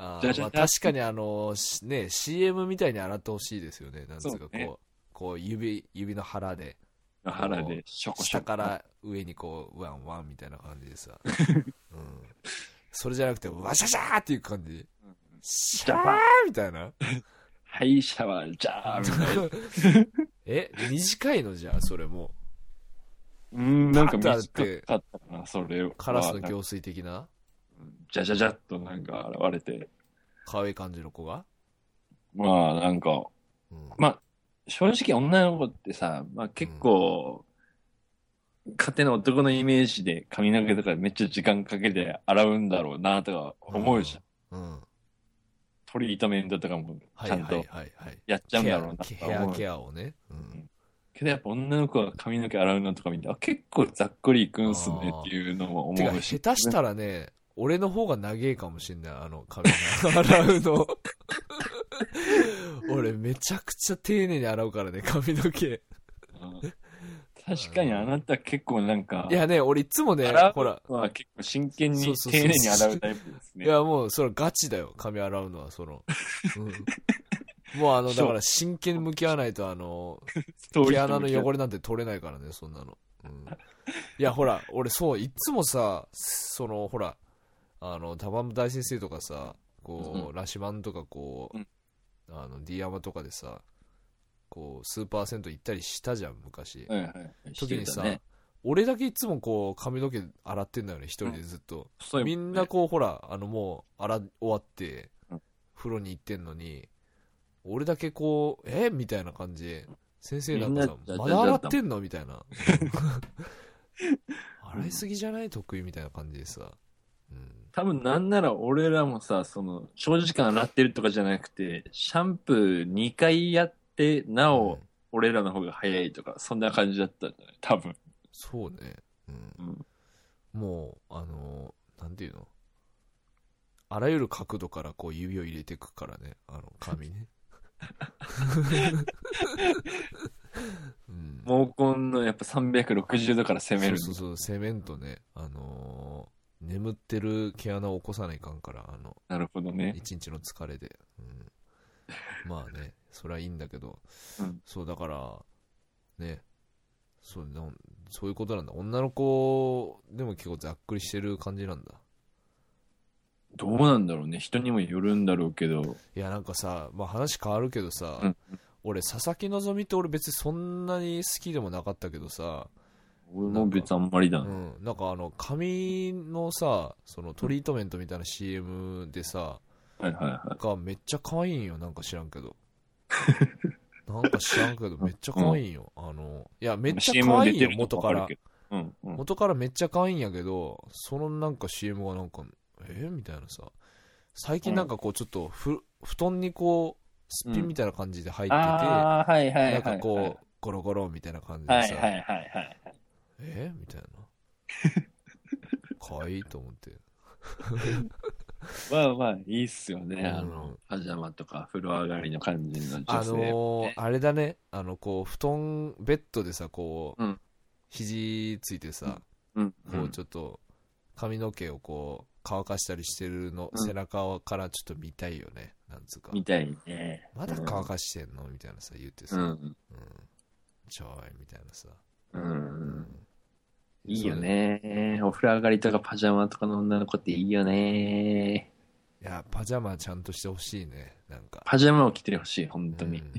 Speaker 1: あ
Speaker 2: じゃ
Speaker 1: ー
Speaker 2: あじ
Speaker 1: ま
Speaker 2: ゃ
Speaker 1: あ
Speaker 2: あ
Speaker 1: 確かにあの、しね、CM みたいに洗ってほしいですよね。なんつうかこ
Speaker 2: そうね
Speaker 1: う、こう指、指の腹で、
Speaker 2: 腹でショコショ
Speaker 1: 下
Speaker 2: コ。
Speaker 1: から上にこう、ワンワンみたいな感じで さ。うん。それじゃなくて、ワシャシャーっていう感じ。
Speaker 2: うん。
Speaker 1: シ
Speaker 2: ジ
Speaker 1: ャ
Speaker 2: ャ
Speaker 1: ー
Speaker 2: パン
Speaker 1: みたいな。
Speaker 2: はい、シャワー、じゃーみたいな。
Speaker 1: え、短いのじゃあ、それも。
Speaker 2: うん、なんか
Speaker 1: パッとあ
Speaker 2: 短
Speaker 1: って
Speaker 2: かったかな、それは
Speaker 1: カラスの
Speaker 2: なんか
Speaker 1: 行水的な、
Speaker 2: じゃじゃじゃっとなんか現れて、
Speaker 1: 可愛い感じの子が。
Speaker 2: まあなんか、
Speaker 1: うん。
Speaker 2: まあ、正直女の子ってさ、まあ結構、勝手な男のイメージで髪の毛とかめっちゃ時間かけて洗うんだろうなとか思うじゃん。
Speaker 1: うん。
Speaker 2: トリートメントとかも
Speaker 1: はい
Speaker 2: ち
Speaker 1: はい
Speaker 2: ゃんと
Speaker 1: はいはい。
Speaker 2: やっちゃうんだろうなと
Speaker 1: ケ
Speaker 2: か
Speaker 1: ア、
Speaker 2: 思う。
Speaker 1: ケアをね。うん。
Speaker 2: けどやっぱ女の子が髪の毛洗うのとか見て、あ、結構ざっくりいくんすねっていうのも
Speaker 1: て
Speaker 2: 思
Speaker 1: か、
Speaker 2: う
Speaker 1: 下
Speaker 2: し。
Speaker 1: 手したらね、俺の方が長えかもしんない、あの髪の 毛洗うの。俺めちゃくちゃ丁寧に洗うからね、髪の毛。
Speaker 2: うん確かにあなた結構なんか、
Speaker 1: いやね、俺いつもね
Speaker 2: 洗、う
Speaker 1: ほら、
Speaker 2: まあ結構真剣
Speaker 1: そ
Speaker 2: に
Speaker 1: うそうそう
Speaker 2: 丁寧に洗うタイプですね。
Speaker 1: いやもうそれはガチだよ、髪洗うのは、その。うん、もうあの、だから真剣に向き合わないと、あの、
Speaker 2: ストーリ
Speaker 1: 毛
Speaker 2: ー
Speaker 1: 穴の
Speaker 2: と向き合う
Speaker 1: 汚れなんて取れないからね、そんなの。うん、いや、ほら、俺そう、いつもさ、その、ほら、あの、タバム大先生とかさ、こう、
Speaker 2: うん
Speaker 1: ラシマンとかこう、
Speaker 2: うん
Speaker 1: あの、D 山とかでさ、こう、スーパー銭湯行ったりしたじゃん、昔。
Speaker 2: はいはい。
Speaker 1: 時にさ、
Speaker 2: してたね
Speaker 1: 俺だけいつもこう、髪の毛洗ってんだよね、一人でずっと。
Speaker 2: そういう
Speaker 1: みんなこう、ほら、あの、もう、洗い終わって
Speaker 2: うん、
Speaker 1: 風呂に行ってんのに、俺だけこう、えみたいな感じで、先生なんかさ
Speaker 2: みん、な
Speaker 1: まだ洗ってんのみたい な。洗いすぎじゃない得意みたいな感じでさ。うん。
Speaker 2: 多分なんなら俺らもさ、その、長時間洗ってるとかじゃなくて、シャンプー2回やって、なお、俺らの方が早いとか、そんな感じだったんじゃない多分。
Speaker 1: そうね。うん
Speaker 2: うん
Speaker 1: もうあのなんていうのあらゆる角度からこう指を入れてくからねあの髪 ねうん
Speaker 2: 毛根のやっぱ360度から攻める。
Speaker 1: そうそうそうセメントねあのー眠ってる毛穴を起こさないかんからあの
Speaker 2: なるほどね。
Speaker 1: 一日の疲れで、うん、まあねそれはいいんだけど、
Speaker 2: うん
Speaker 1: そうだからねそうなんそういうことなんだ女の子でも結構ざっくりしてる感じなんだ
Speaker 2: どうなんだろうね。人にもよるんだろうけど。
Speaker 1: いやなんかさ、まあ、話変わるけどさ、
Speaker 2: うん
Speaker 1: 俺佐々木希って俺別にそんなに好きでもなかったけどさ、
Speaker 2: 俺も別にあんまりだ
Speaker 1: う
Speaker 2: な。
Speaker 1: ん、なんかあの髪のさそのトリートメントみたいな CM でさ、
Speaker 2: はいはいは
Speaker 1: がめっちゃ可愛いんよなんか知らん けどなんか知らんけどめっちゃ可愛いんよ、あのいやめっ
Speaker 2: い。
Speaker 1: ちゃ
Speaker 2: CM
Speaker 1: 可
Speaker 2: も
Speaker 1: 愛
Speaker 2: 出
Speaker 1: い
Speaker 2: て
Speaker 1: よ
Speaker 2: ると
Speaker 1: 元
Speaker 2: こ
Speaker 1: か
Speaker 2: ある
Speaker 1: ら
Speaker 2: けど。うんうん。
Speaker 1: 元からめっちゃ可愛いんやけどそのなんか CM がなんかえみたいなさ最近なんかこうちょっとふ布団にこうすっぴんみたいな感じで入ってて、
Speaker 2: ああ、はいはいはい。
Speaker 1: なんかこうゴロゴロみたいな感じで
Speaker 2: はい
Speaker 1: さ、
Speaker 2: はいはいはい。
Speaker 1: えみたいな 可愛いと思って
Speaker 2: まあまあ、いいっすよね。あ
Speaker 1: う
Speaker 2: の
Speaker 1: ん、
Speaker 2: パジャマとか風呂上がりの感じの
Speaker 1: あ
Speaker 2: 女性。
Speaker 1: のー
Speaker 2: ね
Speaker 1: あれだねあのこう布団ベッドでさこう、
Speaker 2: うん
Speaker 1: 肘ついてさ、
Speaker 2: うん。
Speaker 1: こうちょっと髪の毛をこう乾かしたりしてるの、
Speaker 2: うん
Speaker 1: 背中からちょっと見たいよねなんつうか
Speaker 2: みたいね。
Speaker 1: まだ乾かしてんのみたいなさ言ってさ、
Speaker 2: う
Speaker 1: うん
Speaker 2: ん。
Speaker 1: ちょいみたいなさ、
Speaker 2: う。
Speaker 1: うんん
Speaker 2: いいよね。お風呂上がりとかパジャマとかの女の子っていいよね。
Speaker 1: いやパジャマちゃんとしてほしいねなんか
Speaker 2: パジャマを着てほしい、本当に
Speaker 1: う。ん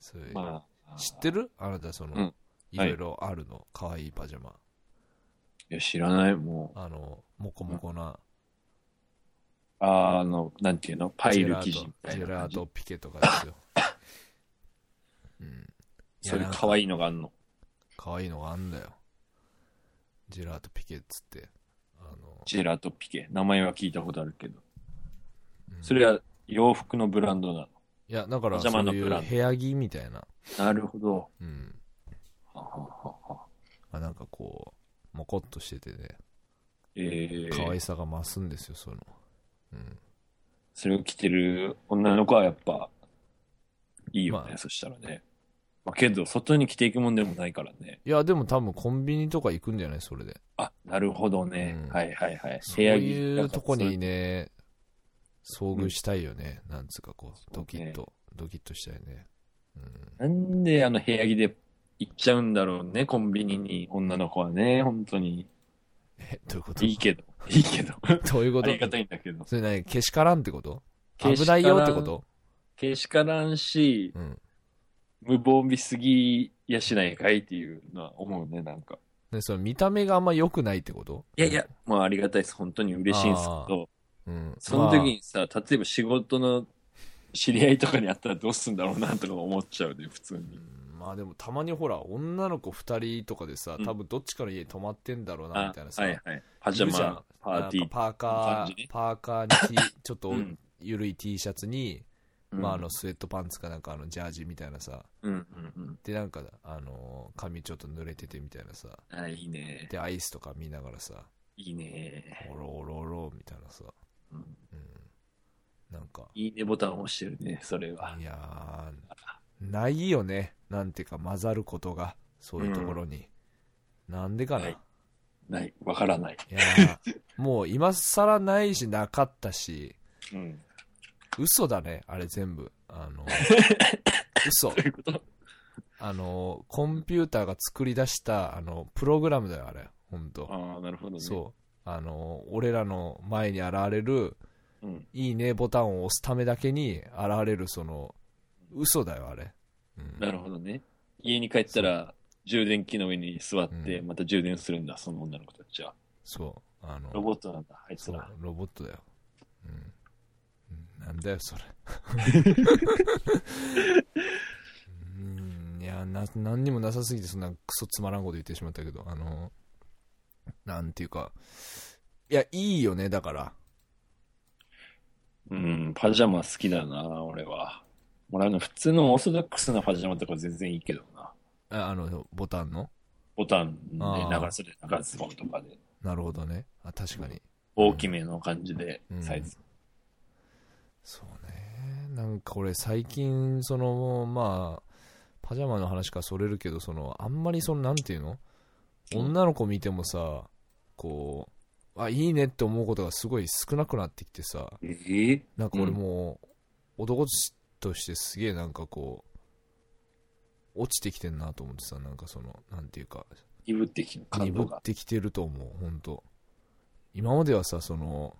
Speaker 1: そういう
Speaker 2: まあ、
Speaker 1: 知ってるあなたその、
Speaker 2: うん
Speaker 1: いろいろあるの可愛いパジャマ
Speaker 2: いや、知らない、も
Speaker 1: あのモコモコな、
Speaker 2: う。あーあの、なんていうのパイル生地みたい
Speaker 1: ジ
Speaker 2: な
Speaker 1: ェラ
Speaker 2: 感
Speaker 1: ー
Speaker 2: じ
Speaker 1: ト。ピケとかですよ。うん。
Speaker 2: そういう
Speaker 1: や
Speaker 2: 可愛いのがあんの。
Speaker 1: 可愛いのがあんだよ。ジェラートピケっつって。あの、
Speaker 2: ジェラートピケ。名前は聞いたことあるけど。
Speaker 1: うん
Speaker 2: それは洋服のブランドなの。
Speaker 1: いや、だから、
Speaker 2: パジャ
Speaker 1: そ
Speaker 2: マ
Speaker 1: う
Speaker 2: の
Speaker 1: い
Speaker 2: ブ
Speaker 1: う
Speaker 2: ランド
Speaker 1: 部屋着みたいな。
Speaker 2: なるほど。
Speaker 1: うん。
Speaker 2: はははは
Speaker 1: まあ、なんかこう、もこっとしててね、
Speaker 2: えー、
Speaker 1: 可愛さが増すんですよ、その。うん。
Speaker 2: それを着てる女の子はやっぱ、いいよね、
Speaker 1: まあ
Speaker 2: そしたらね。まあ、けど、外に着ていくもんでもないからね。
Speaker 1: いや、でも多分コンビニとか行くんじゃないそれで。
Speaker 2: あ、なるほどね。
Speaker 1: うん
Speaker 2: はいはいはい。
Speaker 1: そう
Speaker 2: 部屋着
Speaker 1: いうとこ
Speaker 2: なんか
Speaker 1: にね、遭遇したいよね。なんつうかこう、
Speaker 2: そう
Speaker 1: ド
Speaker 2: ね
Speaker 1: キッと、ドキッとしたいね。うん。
Speaker 2: そうなんであの部屋着で行っちゃうんだろうね、コンビニに、女の子はね、本当に。
Speaker 1: え、どういうこと
Speaker 2: い いけど、いいけど。
Speaker 1: どういうこ
Speaker 2: あ
Speaker 1: と
Speaker 2: りがたいんだけど。
Speaker 1: それ何けしからんってこと
Speaker 2: けし
Speaker 1: 危な
Speaker 2: から
Speaker 1: い
Speaker 2: ん
Speaker 1: よってこと
Speaker 2: けしからんし、
Speaker 1: うん。
Speaker 2: 無防備すぎやしないかいっていうのは思うね、なんか。
Speaker 1: で、その見た目があんま良くないってこと
Speaker 2: いやいや、まあありがたいです。本当に嬉しいんですけど。
Speaker 1: うん。
Speaker 2: その時にさ、例えば仕事の知り合いとかに会ったらどうすんだろうなとか思っちゃうね、普通
Speaker 1: まあ、
Speaker 2: に。
Speaker 1: うんまあでもたまにほら、女の子二人とかでさ
Speaker 2: う、ん
Speaker 1: 多分どっちかの家に泊まってんだろうな、
Speaker 2: あ
Speaker 1: みたいなさ。
Speaker 2: はいはい。パジャ
Speaker 1: いるじゃん
Speaker 2: マ、パーティ
Speaker 1: なん
Speaker 2: ー。
Speaker 1: かパーカ
Speaker 2: 感じ
Speaker 1: ー
Speaker 2: ね、
Speaker 1: パーカーに T ちょっと
Speaker 2: うん
Speaker 1: ゆるい T シャツに、
Speaker 2: うん
Speaker 1: まああの、スウェットパンツかなんかあのジャージみたいなさ。
Speaker 2: うんうん
Speaker 1: で、なんか、あのー、髪ちょっと濡れててみたいなさ。
Speaker 2: うん。あ、いいね。
Speaker 1: で、アイスとか見ながらさ、
Speaker 2: いいね。
Speaker 1: おろおろおろみたいなさ。
Speaker 2: うん
Speaker 1: うん。なんか、
Speaker 2: いいねボタンを押してるね、それは。
Speaker 1: いやーないよね。なんていうか、混ざることが、そういうところに。なんでかな。
Speaker 2: はいいない、わからない。
Speaker 1: やーもう今更ないし、なかったし、
Speaker 2: うん。
Speaker 1: 嘘だね、あれ全部。あの、嘘
Speaker 2: どう。いうこと
Speaker 1: あの、コンピューターが作り出した、あの、プログラムだよ、あれ。ほんと。
Speaker 2: ああ、なるほどね。
Speaker 1: そう。あの、俺らの前に現れる、
Speaker 2: う。うん。
Speaker 1: いいねボタンを押すためだけに現れる、その、嘘だよ、あれ。うん
Speaker 2: なるほどね。家に帰ったら、充電器の上に座って、
Speaker 1: う
Speaker 2: また充電するんだ、その女の子たちは。
Speaker 1: そう。あの、
Speaker 2: ロボットなんだ、あいつ
Speaker 1: そう
Speaker 2: ら。、
Speaker 1: ロボットだよ。うんうん。なんだよ、それ。うん、いや、な、何にもなさすぎて、そんなクソつまらんこと言ってしまったけど、あの、なんていうか、いや、いいよね、だから。
Speaker 2: うん、パジャマ好きだな、俺は。俺あの、普通のオーソドックスなパジャマとか全然いいけどな。
Speaker 1: ああの、ボタンの。
Speaker 2: ボタンで
Speaker 1: あー
Speaker 2: 流すで流すとかで、
Speaker 1: なるほどね。あ、確かに。
Speaker 2: 大きめの感じで
Speaker 1: うん
Speaker 2: サイズ。
Speaker 1: そうね。なんか俺最近、その、まあ、パジャマの話からそれるけど、その、あんまりその、なんていうの
Speaker 2: うん
Speaker 1: 女の子見てもさ、こう、あ、いいねって思うことがすごい少なくなってきてさ、
Speaker 2: えー
Speaker 1: なんか俺もう、男としてすげえなんかこう、落ちてきてんなと思ってさ、なんかその、なんていうか、
Speaker 2: 鈍ってきた感
Speaker 1: 鈍
Speaker 2: 動
Speaker 1: っ
Speaker 2: が。
Speaker 1: てきてると思う本当今まではさその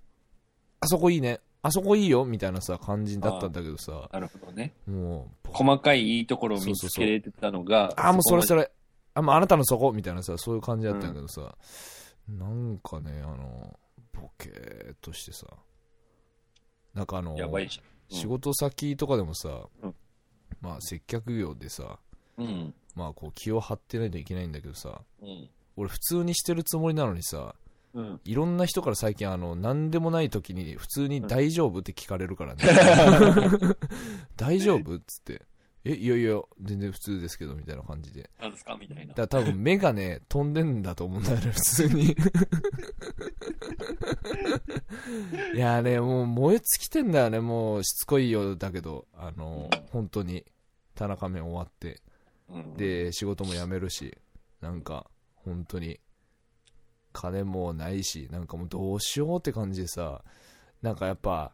Speaker 1: あそこいいねあそこいいよみたいなさ感じだったんだけどさ
Speaker 2: なるほどね。
Speaker 1: もう
Speaker 2: 細かいいいところを見つけれてたのが、
Speaker 1: あもうそれそ
Speaker 2: れ。
Speaker 1: れあもうあなたのそこみたいなさそういう感じだったんだけどさ、なんかねあのボケーっとしてさなんかあの
Speaker 2: やばいじうん
Speaker 1: 仕事先とかでもさ、
Speaker 2: うん
Speaker 1: まあ接客業でさ
Speaker 2: ゃん。うん。
Speaker 1: まあこう気を張ってないといけないんだけどさ
Speaker 2: うん。
Speaker 1: 俺普通にしてるつもりなのにさ
Speaker 2: うん。
Speaker 1: いろんな人から最近あの何でもない時に普通に「大丈夫?」って聞かれるからね「大丈夫?」っつって「えいやいや全然普通ですけど」みたいな感じで
Speaker 2: なんですかみたいな。
Speaker 1: だから多分目がね飛んでんだと思うんだよね普通にいやねもう燃え尽きてんだよねもうしつこいようだけどあの本当に田中面終わって
Speaker 2: うん、
Speaker 1: で仕事も辞めるしなんか本当に金もないしなんかもうどうしようって感じでさなんかやっぱ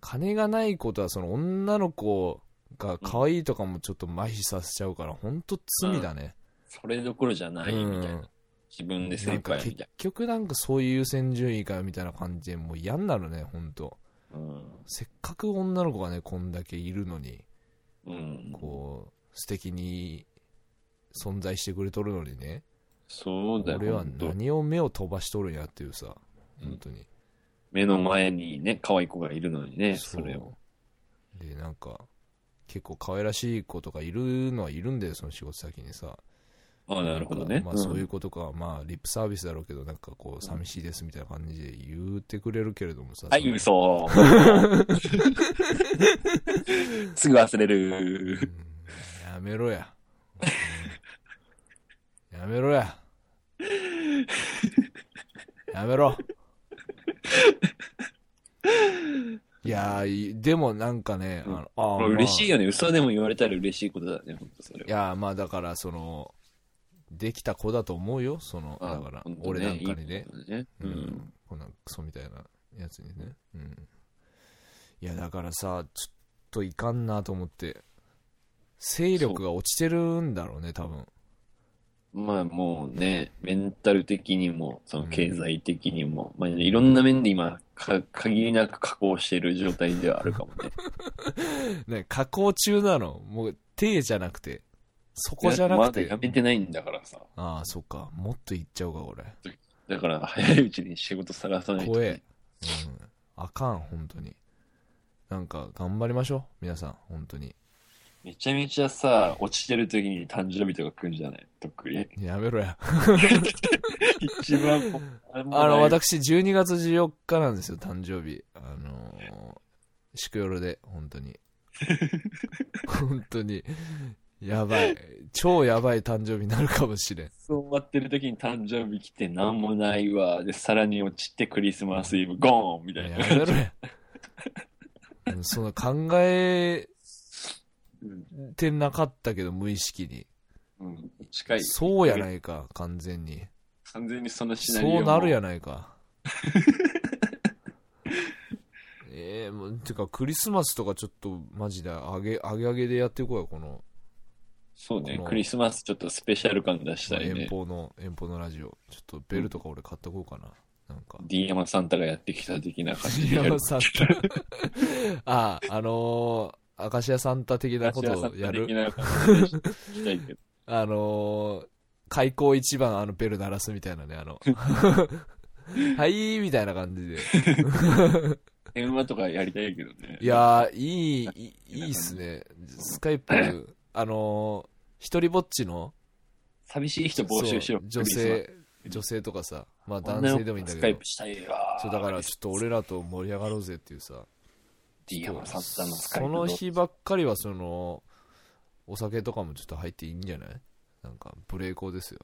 Speaker 1: 金がないことはその女の子が可愛いとかもちょっと麻痺させちゃうから本当罪だね、
Speaker 2: それどころじゃないみたいな。
Speaker 1: うん
Speaker 2: 自分で精
Speaker 1: な
Speaker 2: 一
Speaker 1: んか
Speaker 2: 杯み
Speaker 1: 結
Speaker 2: たい
Speaker 1: 局なんかそういう優先順位かみたいな感じでもう嫌になるね本当
Speaker 2: な。うん。
Speaker 1: せっかく女の子がねこんだけいるのに
Speaker 2: うん。
Speaker 1: こう素敵に存在してくれとるのにね、
Speaker 2: そうだよ。
Speaker 1: 俺は
Speaker 2: 本当
Speaker 1: 何を目を飛ばしとるんやっていうさ本当に、
Speaker 2: 目の前にね、可愛い子がいるのにね、そうれを。
Speaker 1: でなんか結構可愛らしい子とかいるのはいるんだよその仕事先にさ
Speaker 2: ああ、なるほどね。
Speaker 1: んかまあそういううことか、まあリップサービスだろうけどなんかこう寂しいですみたいな感じで言ってくれるけれどもさ、
Speaker 2: ん。はい、
Speaker 1: その
Speaker 2: 嘘。 すぐ忘れる。
Speaker 1: やめろやうんやめろややめろいやーいでもなんかね、
Speaker 2: うん
Speaker 1: あのあ
Speaker 2: これ嬉しい
Speaker 1: い
Speaker 2: よね。嘘でも言われたら嬉しいことだね、本当それ
Speaker 1: い
Speaker 2: は。
Speaker 1: やーまあだからそのできた子だと思うよそのだ
Speaker 2: あ
Speaker 1: から
Speaker 2: 本当
Speaker 1: 俺なんかに
Speaker 2: い
Speaker 1: ね
Speaker 2: いことだね。う。
Speaker 1: うんん、こんなクソみたいなやつにね、うん、いやだからさちょっといかんなと思って勢力が落ちてるんだろうね多分
Speaker 2: まあもうね、メンタル的にも、その経済的にも、まあいろんな面で今、か、限りなく加工している状態ではあるかもね。
Speaker 1: ね加工中なのもう手じゃなくてそこじゃなく
Speaker 2: いやま
Speaker 1: て
Speaker 2: だやめてないんだからさ。
Speaker 1: ああそっかもっといっちゃうか俺
Speaker 2: だから早いうちに仕事探さないと。
Speaker 1: 怖え、うん、あかん本当になんか頑張りましょう皆さん本当に
Speaker 2: めちゃめちゃさ、落ちてる時に誕生日とか来るんじゃないとっく り。
Speaker 1: やめろや
Speaker 2: 一番こ、あ
Speaker 1: あの
Speaker 2: 私、
Speaker 1: 私12月14日なんですよ誕生日あのー祝夜で本当 に本当にやばい超やばい誕生日になるかもしれん
Speaker 2: そう終わってる時に誕生日来てなんもないわ。で、さらに落ちてクリスマスイブ、ゴーンみたい
Speaker 1: や
Speaker 2: な。
Speaker 1: めろやうんその考え
Speaker 2: うん
Speaker 1: ってなかったけど無意識に、
Speaker 2: うん、近い。
Speaker 1: そうやないか完全に
Speaker 2: 完全にそのシナリオも
Speaker 1: そうなるやない かええもうてかクリスマスとかちょっとマジであげあげあげでやっていこうよこの
Speaker 2: そうね
Speaker 1: この、
Speaker 2: クリスマスちょっとスペシャル感出したい
Speaker 1: 遠
Speaker 2: ね。
Speaker 1: 方の遠方のラジオちょっとベルとか俺買ってこうかな、なんか
Speaker 2: D 山サンタがやってきた的な感じでやる
Speaker 1: 山。サンタ ああのー、明石家サンタ的なこ
Speaker 2: 私は
Speaker 1: と
Speaker 2: サ
Speaker 1: を
Speaker 2: ン
Speaker 1: や
Speaker 2: タ
Speaker 1: る
Speaker 2: 的な感じでしたいけど。
Speaker 1: あのー、開口一番あのベル鳴らすみたいなね、あの、 はい、みたいな感じで。
Speaker 2: 電話とかやりたいけどね。
Speaker 1: いやー、いい、いいいいっすね。スカイ プ、あのー、一人ぼっちの
Speaker 2: 寂しい人募集しよう。
Speaker 1: そう女性、女性とかさ、まあ男性でもいいんだ
Speaker 2: スカ
Speaker 1: け
Speaker 2: イ
Speaker 1: ど
Speaker 2: プ、したいわ。
Speaker 1: そうだからちょっと俺らと盛り上がろうぜっていうさ、
Speaker 2: D 山サンタのスカイ
Speaker 1: そ
Speaker 2: プ。
Speaker 1: の日ばっかりはその、お酒とかもちょっと入っていいんじゃないなんか、無礼講ですよ。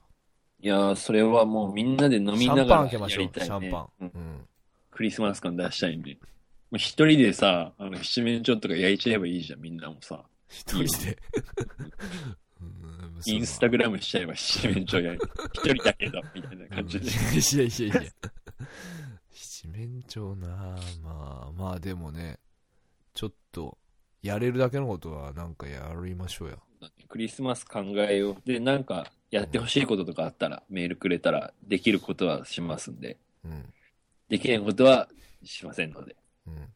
Speaker 2: いやー、それはもうみんなで飲み
Speaker 1: シ
Speaker 2: な
Speaker 1: ャンパ
Speaker 2: が
Speaker 1: ン
Speaker 2: ら
Speaker 1: 開けましょう、シャンパ
Speaker 2: う
Speaker 1: ン
Speaker 2: ん。
Speaker 1: うん。
Speaker 2: クリスマス感出したいんで。もう一人でさ、あの七面鳥とか焼いちゃえばいいじゃん、みんなもさ。
Speaker 1: 一人で。うん
Speaker 2: インスタグラムしちゃえば七面鳥焼い一人だけだ、みたいな 感じで。
Speaker 1: いやいやいやいや七面鳥なまあまあでもねちょっとやれるだけのことはなんかやりましょうや
Speaker 2: クリスマス考えよう。で、なんかやってほしいこととかあったら、メールくれたら、できることはしますんで。
Speaker 1: うん
Speaker 2: できないことはしませんので。
Speaker 1: うん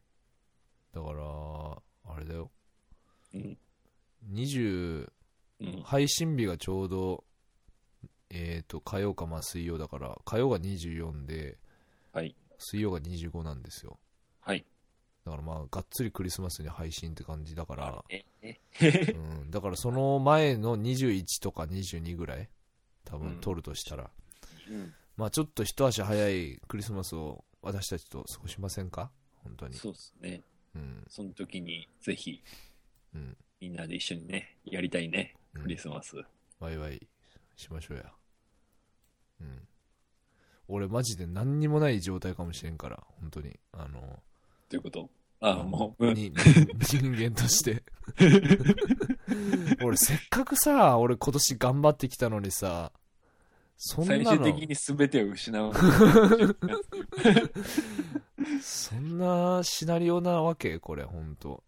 Speaker 1: だからあれだよ
Speaker 2: うん。
Speaker 1: 20
Speaker 2: うん。
Speaker 1: 配信日がちょうどえっ、と火曜かまあ水曜だから火曜が24で
Speaker 2: はい。
Speaker 1: 水曜が25なんですよ
Speaker 2: はい。
Speaker 1: だからまあがっつりクリスマスに配信って感じだから、
Speaker 2: え、え、
Speaker 1: うん、だからその前の21とか22ぐらい多
Speaker 2: う
Speaker 1: 分
Speaker 2: ん
Speaker 1: 撮るとしたら、
Speaker 2: うん。
Speaker 1: まあちょっと一足早いクリスマスを私たちと過ごしませんか本当に。
Speaker 2: そうですね。
Speaker 1: うん。
Speaker 2: その時に、ぜひ、
Speaker 1: うん。
Speaker 2: みんなで一緒にね、やりたいね。
Speaker 1: うん
Speaker 2: クリスマス。
Speaker 1: ワイワイしましょうや。うん。俺マジで何にもない状態かもしれんから、本当に。あの、
Speaker 2: ということあ、もう、うん。
Speaker 1: に人間と して。俺せっかくさ、俺今年頑張ってきたのにさ、そんな
Speaker 2: 最
Speaker 1: の。
Speaker 2: 終的に全てを失う。
Speaker 1: そんなシナリオなわけこれ、ほんと。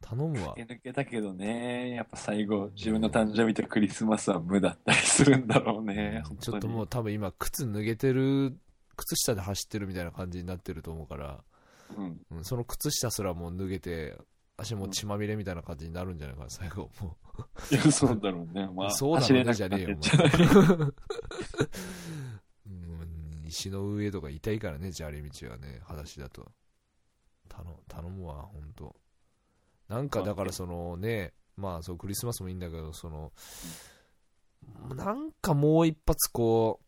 Speaker 1: 頼むわ。
Speaker 2: 抜けたけどね、やっぱ最後、自分の誕生日とクリスマスは無だったりするんだろうね。本
Speaker 1: ち
Speaker 2: 当
Speaker 1: ょっ
Speaker 2: に
Speaker 1: ともう多分今、靴脱げてる、靴下で走ってるみたいな感じになってると思うから、
Speaker 2: うん。
Speaker 1: うん、その靴下すらもう脱げて、足も血まみれみたいな感じになるんじゃないかな、最後。も
Speaker 2: いや、そうだろうね。
Speaker 1: う、
Speaker 2: まあ、
Speaker 1: そうだ
Speaker 2: 走
Speaker 1: ろうね、
Speaker 2: れなく
Speaker 1: じゃ
Speaker 2: なっ
Speaker 1: ねえよ
Speaker 2: てっ、ちゃう
Speaker 1: お前うん石の上とか痛いからね、砂利道はね、裸足だと。頼頼むわ、ほんと。なんかだからそのね、まあそうクリスマスもいいんだけど、その、なんかもう一発こ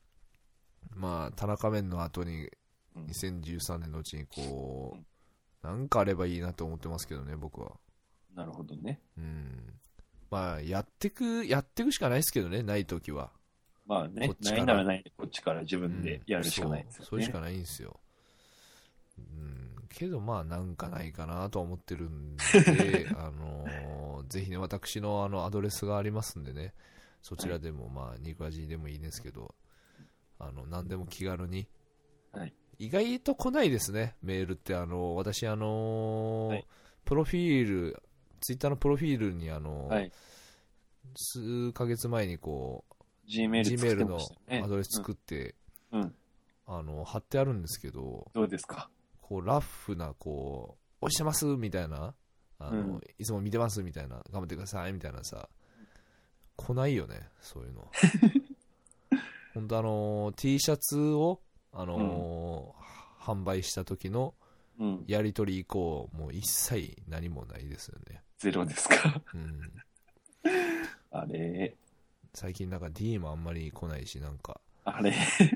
Speaker 1: う、まあ田中面の後に
Speaker 2: うん
Speaker 1: 2013年のうちにこ
Speaker 2: うん
Speaker 1: う、なんかあればいいなと思ってますけどね、僕は。
Speaker 2: なるほどね。
Speaker 1: うん。まあやってく、やってくしかないですけどね、ない時は。
Speaker 2: まあね
Speaker 1: こっ、ちか
Speaker 2: な
Speaker 1: ら
Speaker 2: いならないで、こっちから自
Speaker 1: う
Speaker 2: 分
Speaker 1: ん
Speaker 2: でやるしかないです
Speaker 1: そうそ
Speaker 2: よ
Speaker 1: れし
Speaker 2: ね
Speaker 1: か。ないんですよ。うん、けどまあなんかないかなとは思ってるん で、あのーぜひね、私のあのアドレスがありますんでね、そちらでも、まあ、肉味でもいいですけど、あの、何でも気軽に。
Speaker 2: はい
Speaker 1: 意外と来ないですね、メールって。あの、私、あのー
Speaker 2: はい
Speaker 1: プロフィール、ツイッターのプロフィールに、あのー
Speaker 2: はい。
Speaker 1: 数ヶ月前にこう、
Speaker 2: Gmail 作っ
Speaker 1: Gmail
Speaker 2: て
Speaker 1: の
Speaker 2: ましたね
Speaker 1: アドレス作って、
Speaker 2: うんうん。
Speaker 1: あの、貼ってあるんですけど、
Speaker 2: どうですか
Speaker 1: こうラフなこう「押してます」みたいなあの、
Speaker 2: うん
Speaker 1: いつも見てます」みたいな「頑張ってください」みたいなさ来ないよねそういう の本当あのー T シャツをあのー販売した時の
Speaker 2: うん。
Speaker 1: やり取り以降もう一切何もないですよね、
Speaker 2: ゼロですか
Speaker 1: うん、
Speaker 2: あれ
Speaker 1: 最近なんか D もあんまり来ないしなんか
Speaker 2: あれ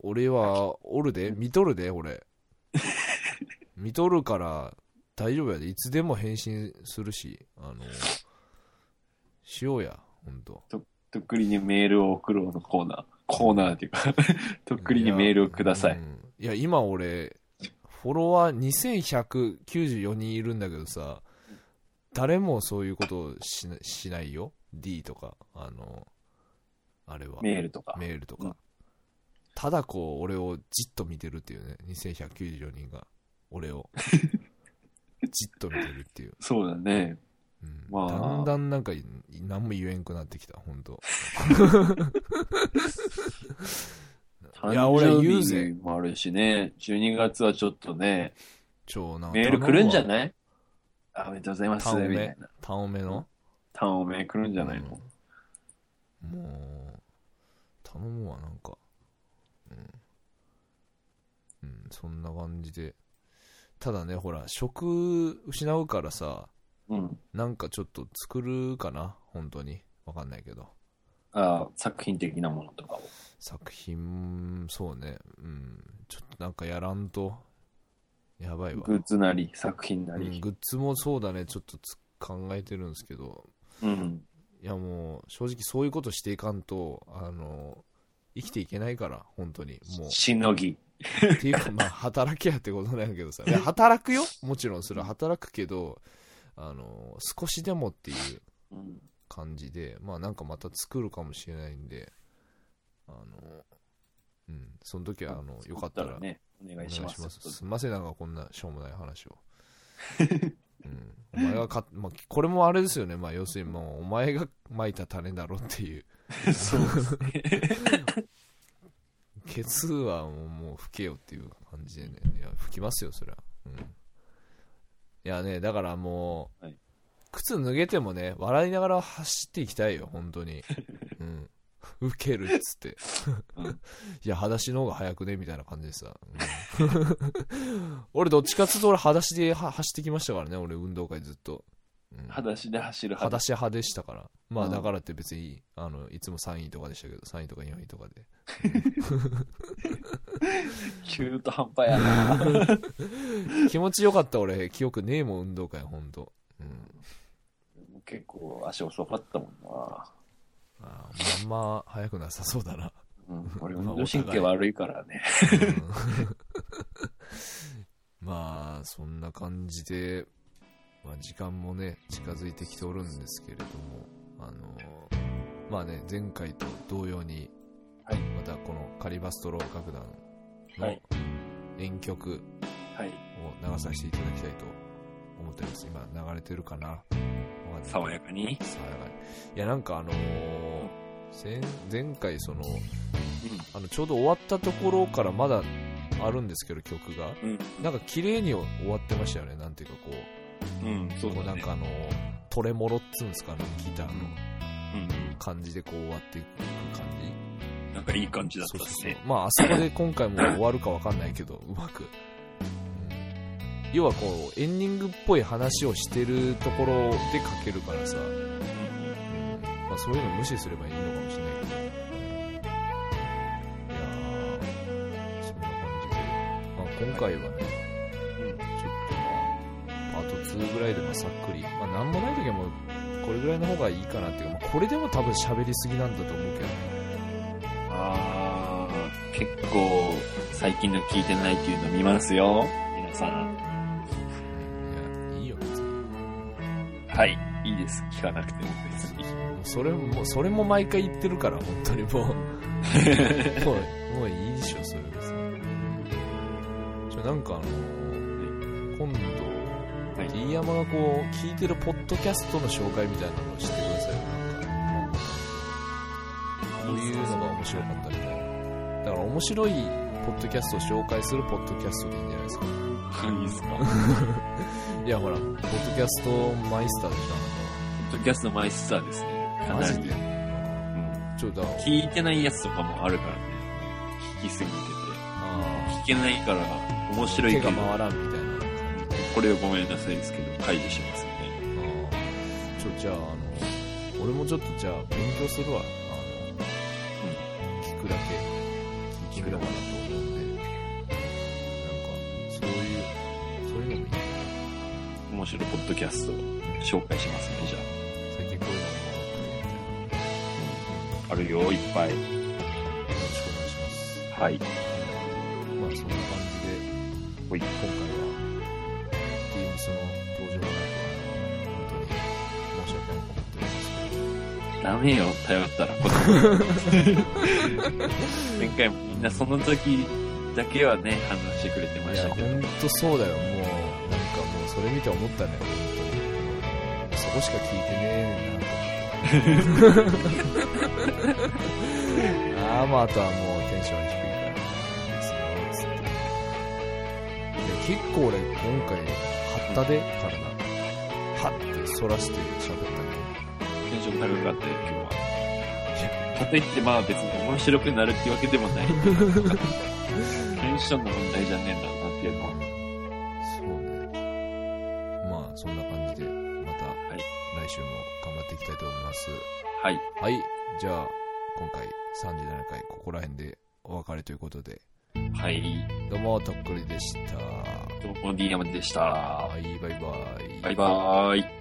Speaker 1: 俺はおるで見とるで俺見とるから大丈夫やでいつでも返信するしあのしようやほんと
Speaker 2: とっくりにメールを送ろうのコーナー。コーナーっていうか、 とっくりにメールをくださ
Speaker 1: う
Speaker 2: い。
Speaker 1: んいや今俺フォロワー2194人いるんだけどさ誰もそういうことをしなしないよ D とかあのあれは
Speaker 2: メールとか。
Speaker 1: メールと
Speaker 2: うん
Speaker 1: か。ただこう、俺をじっと見てるっていうね。2194人が。俺 を。じっと見てるっていう。
Speaker 2: そうだね。
Speaker 1: うんだ
Speaker 2: まあ
Speaker 1: んだんなんか、何も言えんくなってきた、本当いや、俺言うぜ。。
Speaker 2: もあるしね。12月はちょっとね、
Speaker 1: 長男。
Speaker 2: メール来るんじゃ
Speaker 1: い
Speaker 2: ないあおめでとうございます。
Speaker 1: 単お
Speaker 2: みた
Speaker 1: め
Speaker 2: いな。。
Speaker 1: 単おめの
Speaker 2: 単おめ来るんじゃないの、
Speaker 1: うんもう、頼むわ、なんか。うん。うん、そんな感じで。ただね、ほら、職失うからさ、
Speaker 2: うん、
Speaker 1: なんかちょっと作るかな本当に。わかんないけど。
Speaker 2: あ作品的なものとかを。
Speaker 1: 作品、そうね。うん。ちょっとなんかやらんと、やばいわ。
Speaker 2: グッズなり、作品な
Speaker 1: うん
Speaker 2: り。
Speaker 1: グッズもそうだね。ちょっとつ考えてるんですけど、
Speaker 2: うん。
Speaker 1: いいやもう、正直そういうことしていかんと、あの、生きていけないから、本当に。もう。
Speaker 2: しのぎ。
Speaker 1: っていう かまあ働きやってことなんやけどさいや働くよもちろんそれは働くけどあの少しでもっていう
Speaker 2: うん
Speaker 1: 感じでまあなんかまた作るかもしれないんであのうんその時はあのよかったら
Speaker 2: ね、お
Speaker 1: お
Speaker 2: 願いします。
Speaker 1: すみませんなんかこんなしょうもない話 をうんお前がか、まあ、これもあれですよねまあ要するにもうお前がまいた種だろっていう
Speaker 2: そう ですね。
Speaker 1: ケツはもうもう吹けよっていう感じでねいや吹きますよそりゃうんいやねだからもう、
Speaker 2: はい
Speaker 1: 靴脱げてもね笑いながら走っていきたいよ本当 にうんウケるっつって、
Speaker 2: うん
Speaker 1: いや裸足の方が早くねみたいな感じでさ、うん 俺どっちかっつうと俺裸足では走ってきましたからね俺運動会ずっと、うん
Speaker 2: 裸足で走る
Speaker 1: 裸
Speaker 2: 裸
Speaker 1: 足派でしたからまあ
Speaker 2: うん
Speaker 1: だからって別にあのいつも3位とかでしたけど3位とか4位とかで
Speaker 2: 中途半端やな。
Speaker 1: 気持ちよかった俺記憶ねえもん運動会ほんと、うん、
Speaker 2: 結構足遅かったもんな。
Speaker 1: あーまあまあ早くなさそうだな、
Speaker 2: うん、俺運動神経悪いからね。
Speaker 1: うん まあそんな感じで、まあ、時間もね近づいてきておるんですけれどもあのまあね前回と同様に、
Speaker 2: はい
Speaker 1: またこのカリバストロー楽団
Speaker 2: は
Speaker 1: の
Speaker 2: い
Speaker 1: 遠曲
Speaker 2: はい。
Speaker 1: を流させていただきたいと思っております今流れてるかなわかんない
Speaker 2: 爽やかに。
Speaker 1: 爽やかにいやなんかあのー先前回そのあのちょうど終わったところからまだあるんですけど曲が
Speaker 2: うん。うん。
Speaker 1: なんか綺麗に終わってましたよねなんていうかこう
Speaker 2: うん、そう
Speaker 1: こ
Speaker 2: だ、
Speaker 1: う
Speaker 2: ね。
Speaker 1: なんかあのートレモロっつうんですかねギターの
Speaker 2: うん。
Speaker 1: 感じでこう終わっていく感じ
Speaker 2: なんかいい感じだっ
Speaker 1: そ
Speaker 2: た
Speaker 1: う
Speaker 2: で
Speaker 1: そう
Speaker 2: す
Speaker 1: そう
Speaker 2: ね。
Speaker 1: まああそこで今回も終わるかわかんないけどうまく、うん要はこうエンディングっぽい話をしてるところで書けるからさ、まあ、そういうの無視すればいいのかもしれないけど。いやーそんな感じで。まあ、今回はね、ちょっとまあ、パート2ぐらいでまあさっくり。まあ、なんもない時はもう、これぐらいの方がいいかなっていうか、まあ、これでも多分喋りすぎなんだと思うけどね。
Speaker 2: あー、結構最近の聞いてないっていうの見ますよ。皆さん。
Speaker 1: いや、いいよ、別に。
Speaker 2: はい。いいです。聞かなくても別に。
Speaker 1: もうそれも、もうそれも毎回言ってるから、本当にもう。もう、もういいでしょ、それ別に。ちょ、なんかあのー今度、
Speaker 2: はい。
Speaker 1: 飯山がこう聞いてるポッドキャストの紹介みたいなのをしてくださいよなんかこういうのが面白かったみたいなだから面白いポッドキャストを紹介するポッドキャストでいいんじゃないですか
Speaker 2: いいです か。
Speaker 1: いやほらポッドキャストマイスターでし
Speaker 2: ポッドキャストマイスターですね。
Speaker 1: ょあ
Speaker 2: か
Speaker 1: なたはマ
Speaker 2: な
Speaker 1: ジ
Speaker 2: り
Speaker 1: で
Speaker 2: うん
Speaker 1: ちょだから
Speaker 2: 聞いてないやつとかもあるからね。聞きすぎてて。
Speaker 1: あ
Speaker 2: 聞けないから面
Speaker 1: ー
Speaker 2: 白い
Speaker 1: 手
Speaker 2: けど
Speaker 1: が、回らんみたいな感じで
Speaker 2: これをごめんなさいですけど、解除しますんで。
Speaker 1: ああちょじゃああの俺もちょっとじゃあ勉強するわあの、聞くだけ聞いてみようかなと思うんでなんかそういうそういうのもいいね
Speaker 2: 面白いポッドキャストを紹介しますね、じゃ
Speaker 1: 最近こういうのもあってみたいな
Speaker 2: あ。あるよ、いっぱい。
Speaker 1: よろしくお願いします
Speaker 2: はい。
Speaker 1: まあそんな感じで
Speaker 2: ほい
Speaker 1: 今回は TMS の登場がないと本当に申し訳ないと思っておりますけど
Speaker 2: ダメよ、頼ったら。 前回もみんなその時だけはね、反応してくれてま
Speaker 1: い
Speaker 2: し
Speaker 1: や、
Speaker 2: たけど。
Speaker 1: ほんとそうだよ、もう、なんかもう、それ見て思ったね、本当に。そこしか聞いてね えなと思って。ああ、まあ、あとはもうテンション低いから、そのつって。で結構俺、今回、ハッタでからな、ハッて反らして喋ったけど。
Speaker 2: テンション高かったよ、今日は。かといって、まあ別に面白くなるってわけでもない。テンションの問題じゃねえんだろうなっていうのは。
Speaker 1: そうね。まあ、そんな感じで、また、
Speaker 2: い
Speaker 1: 来週も頑張っていきたいと思います。
Speaker 2: はい。
Speaker 1: はい、じゃあ、今回37回、ここら辺でお別れということで、
Speaker 2: はい。
Speaker 1: どうも、とっくりでした。
Speaker 2: どうも、D 山でした。
Speaker 1: はい、バイバイ。
Speaker 2: バイバーイ。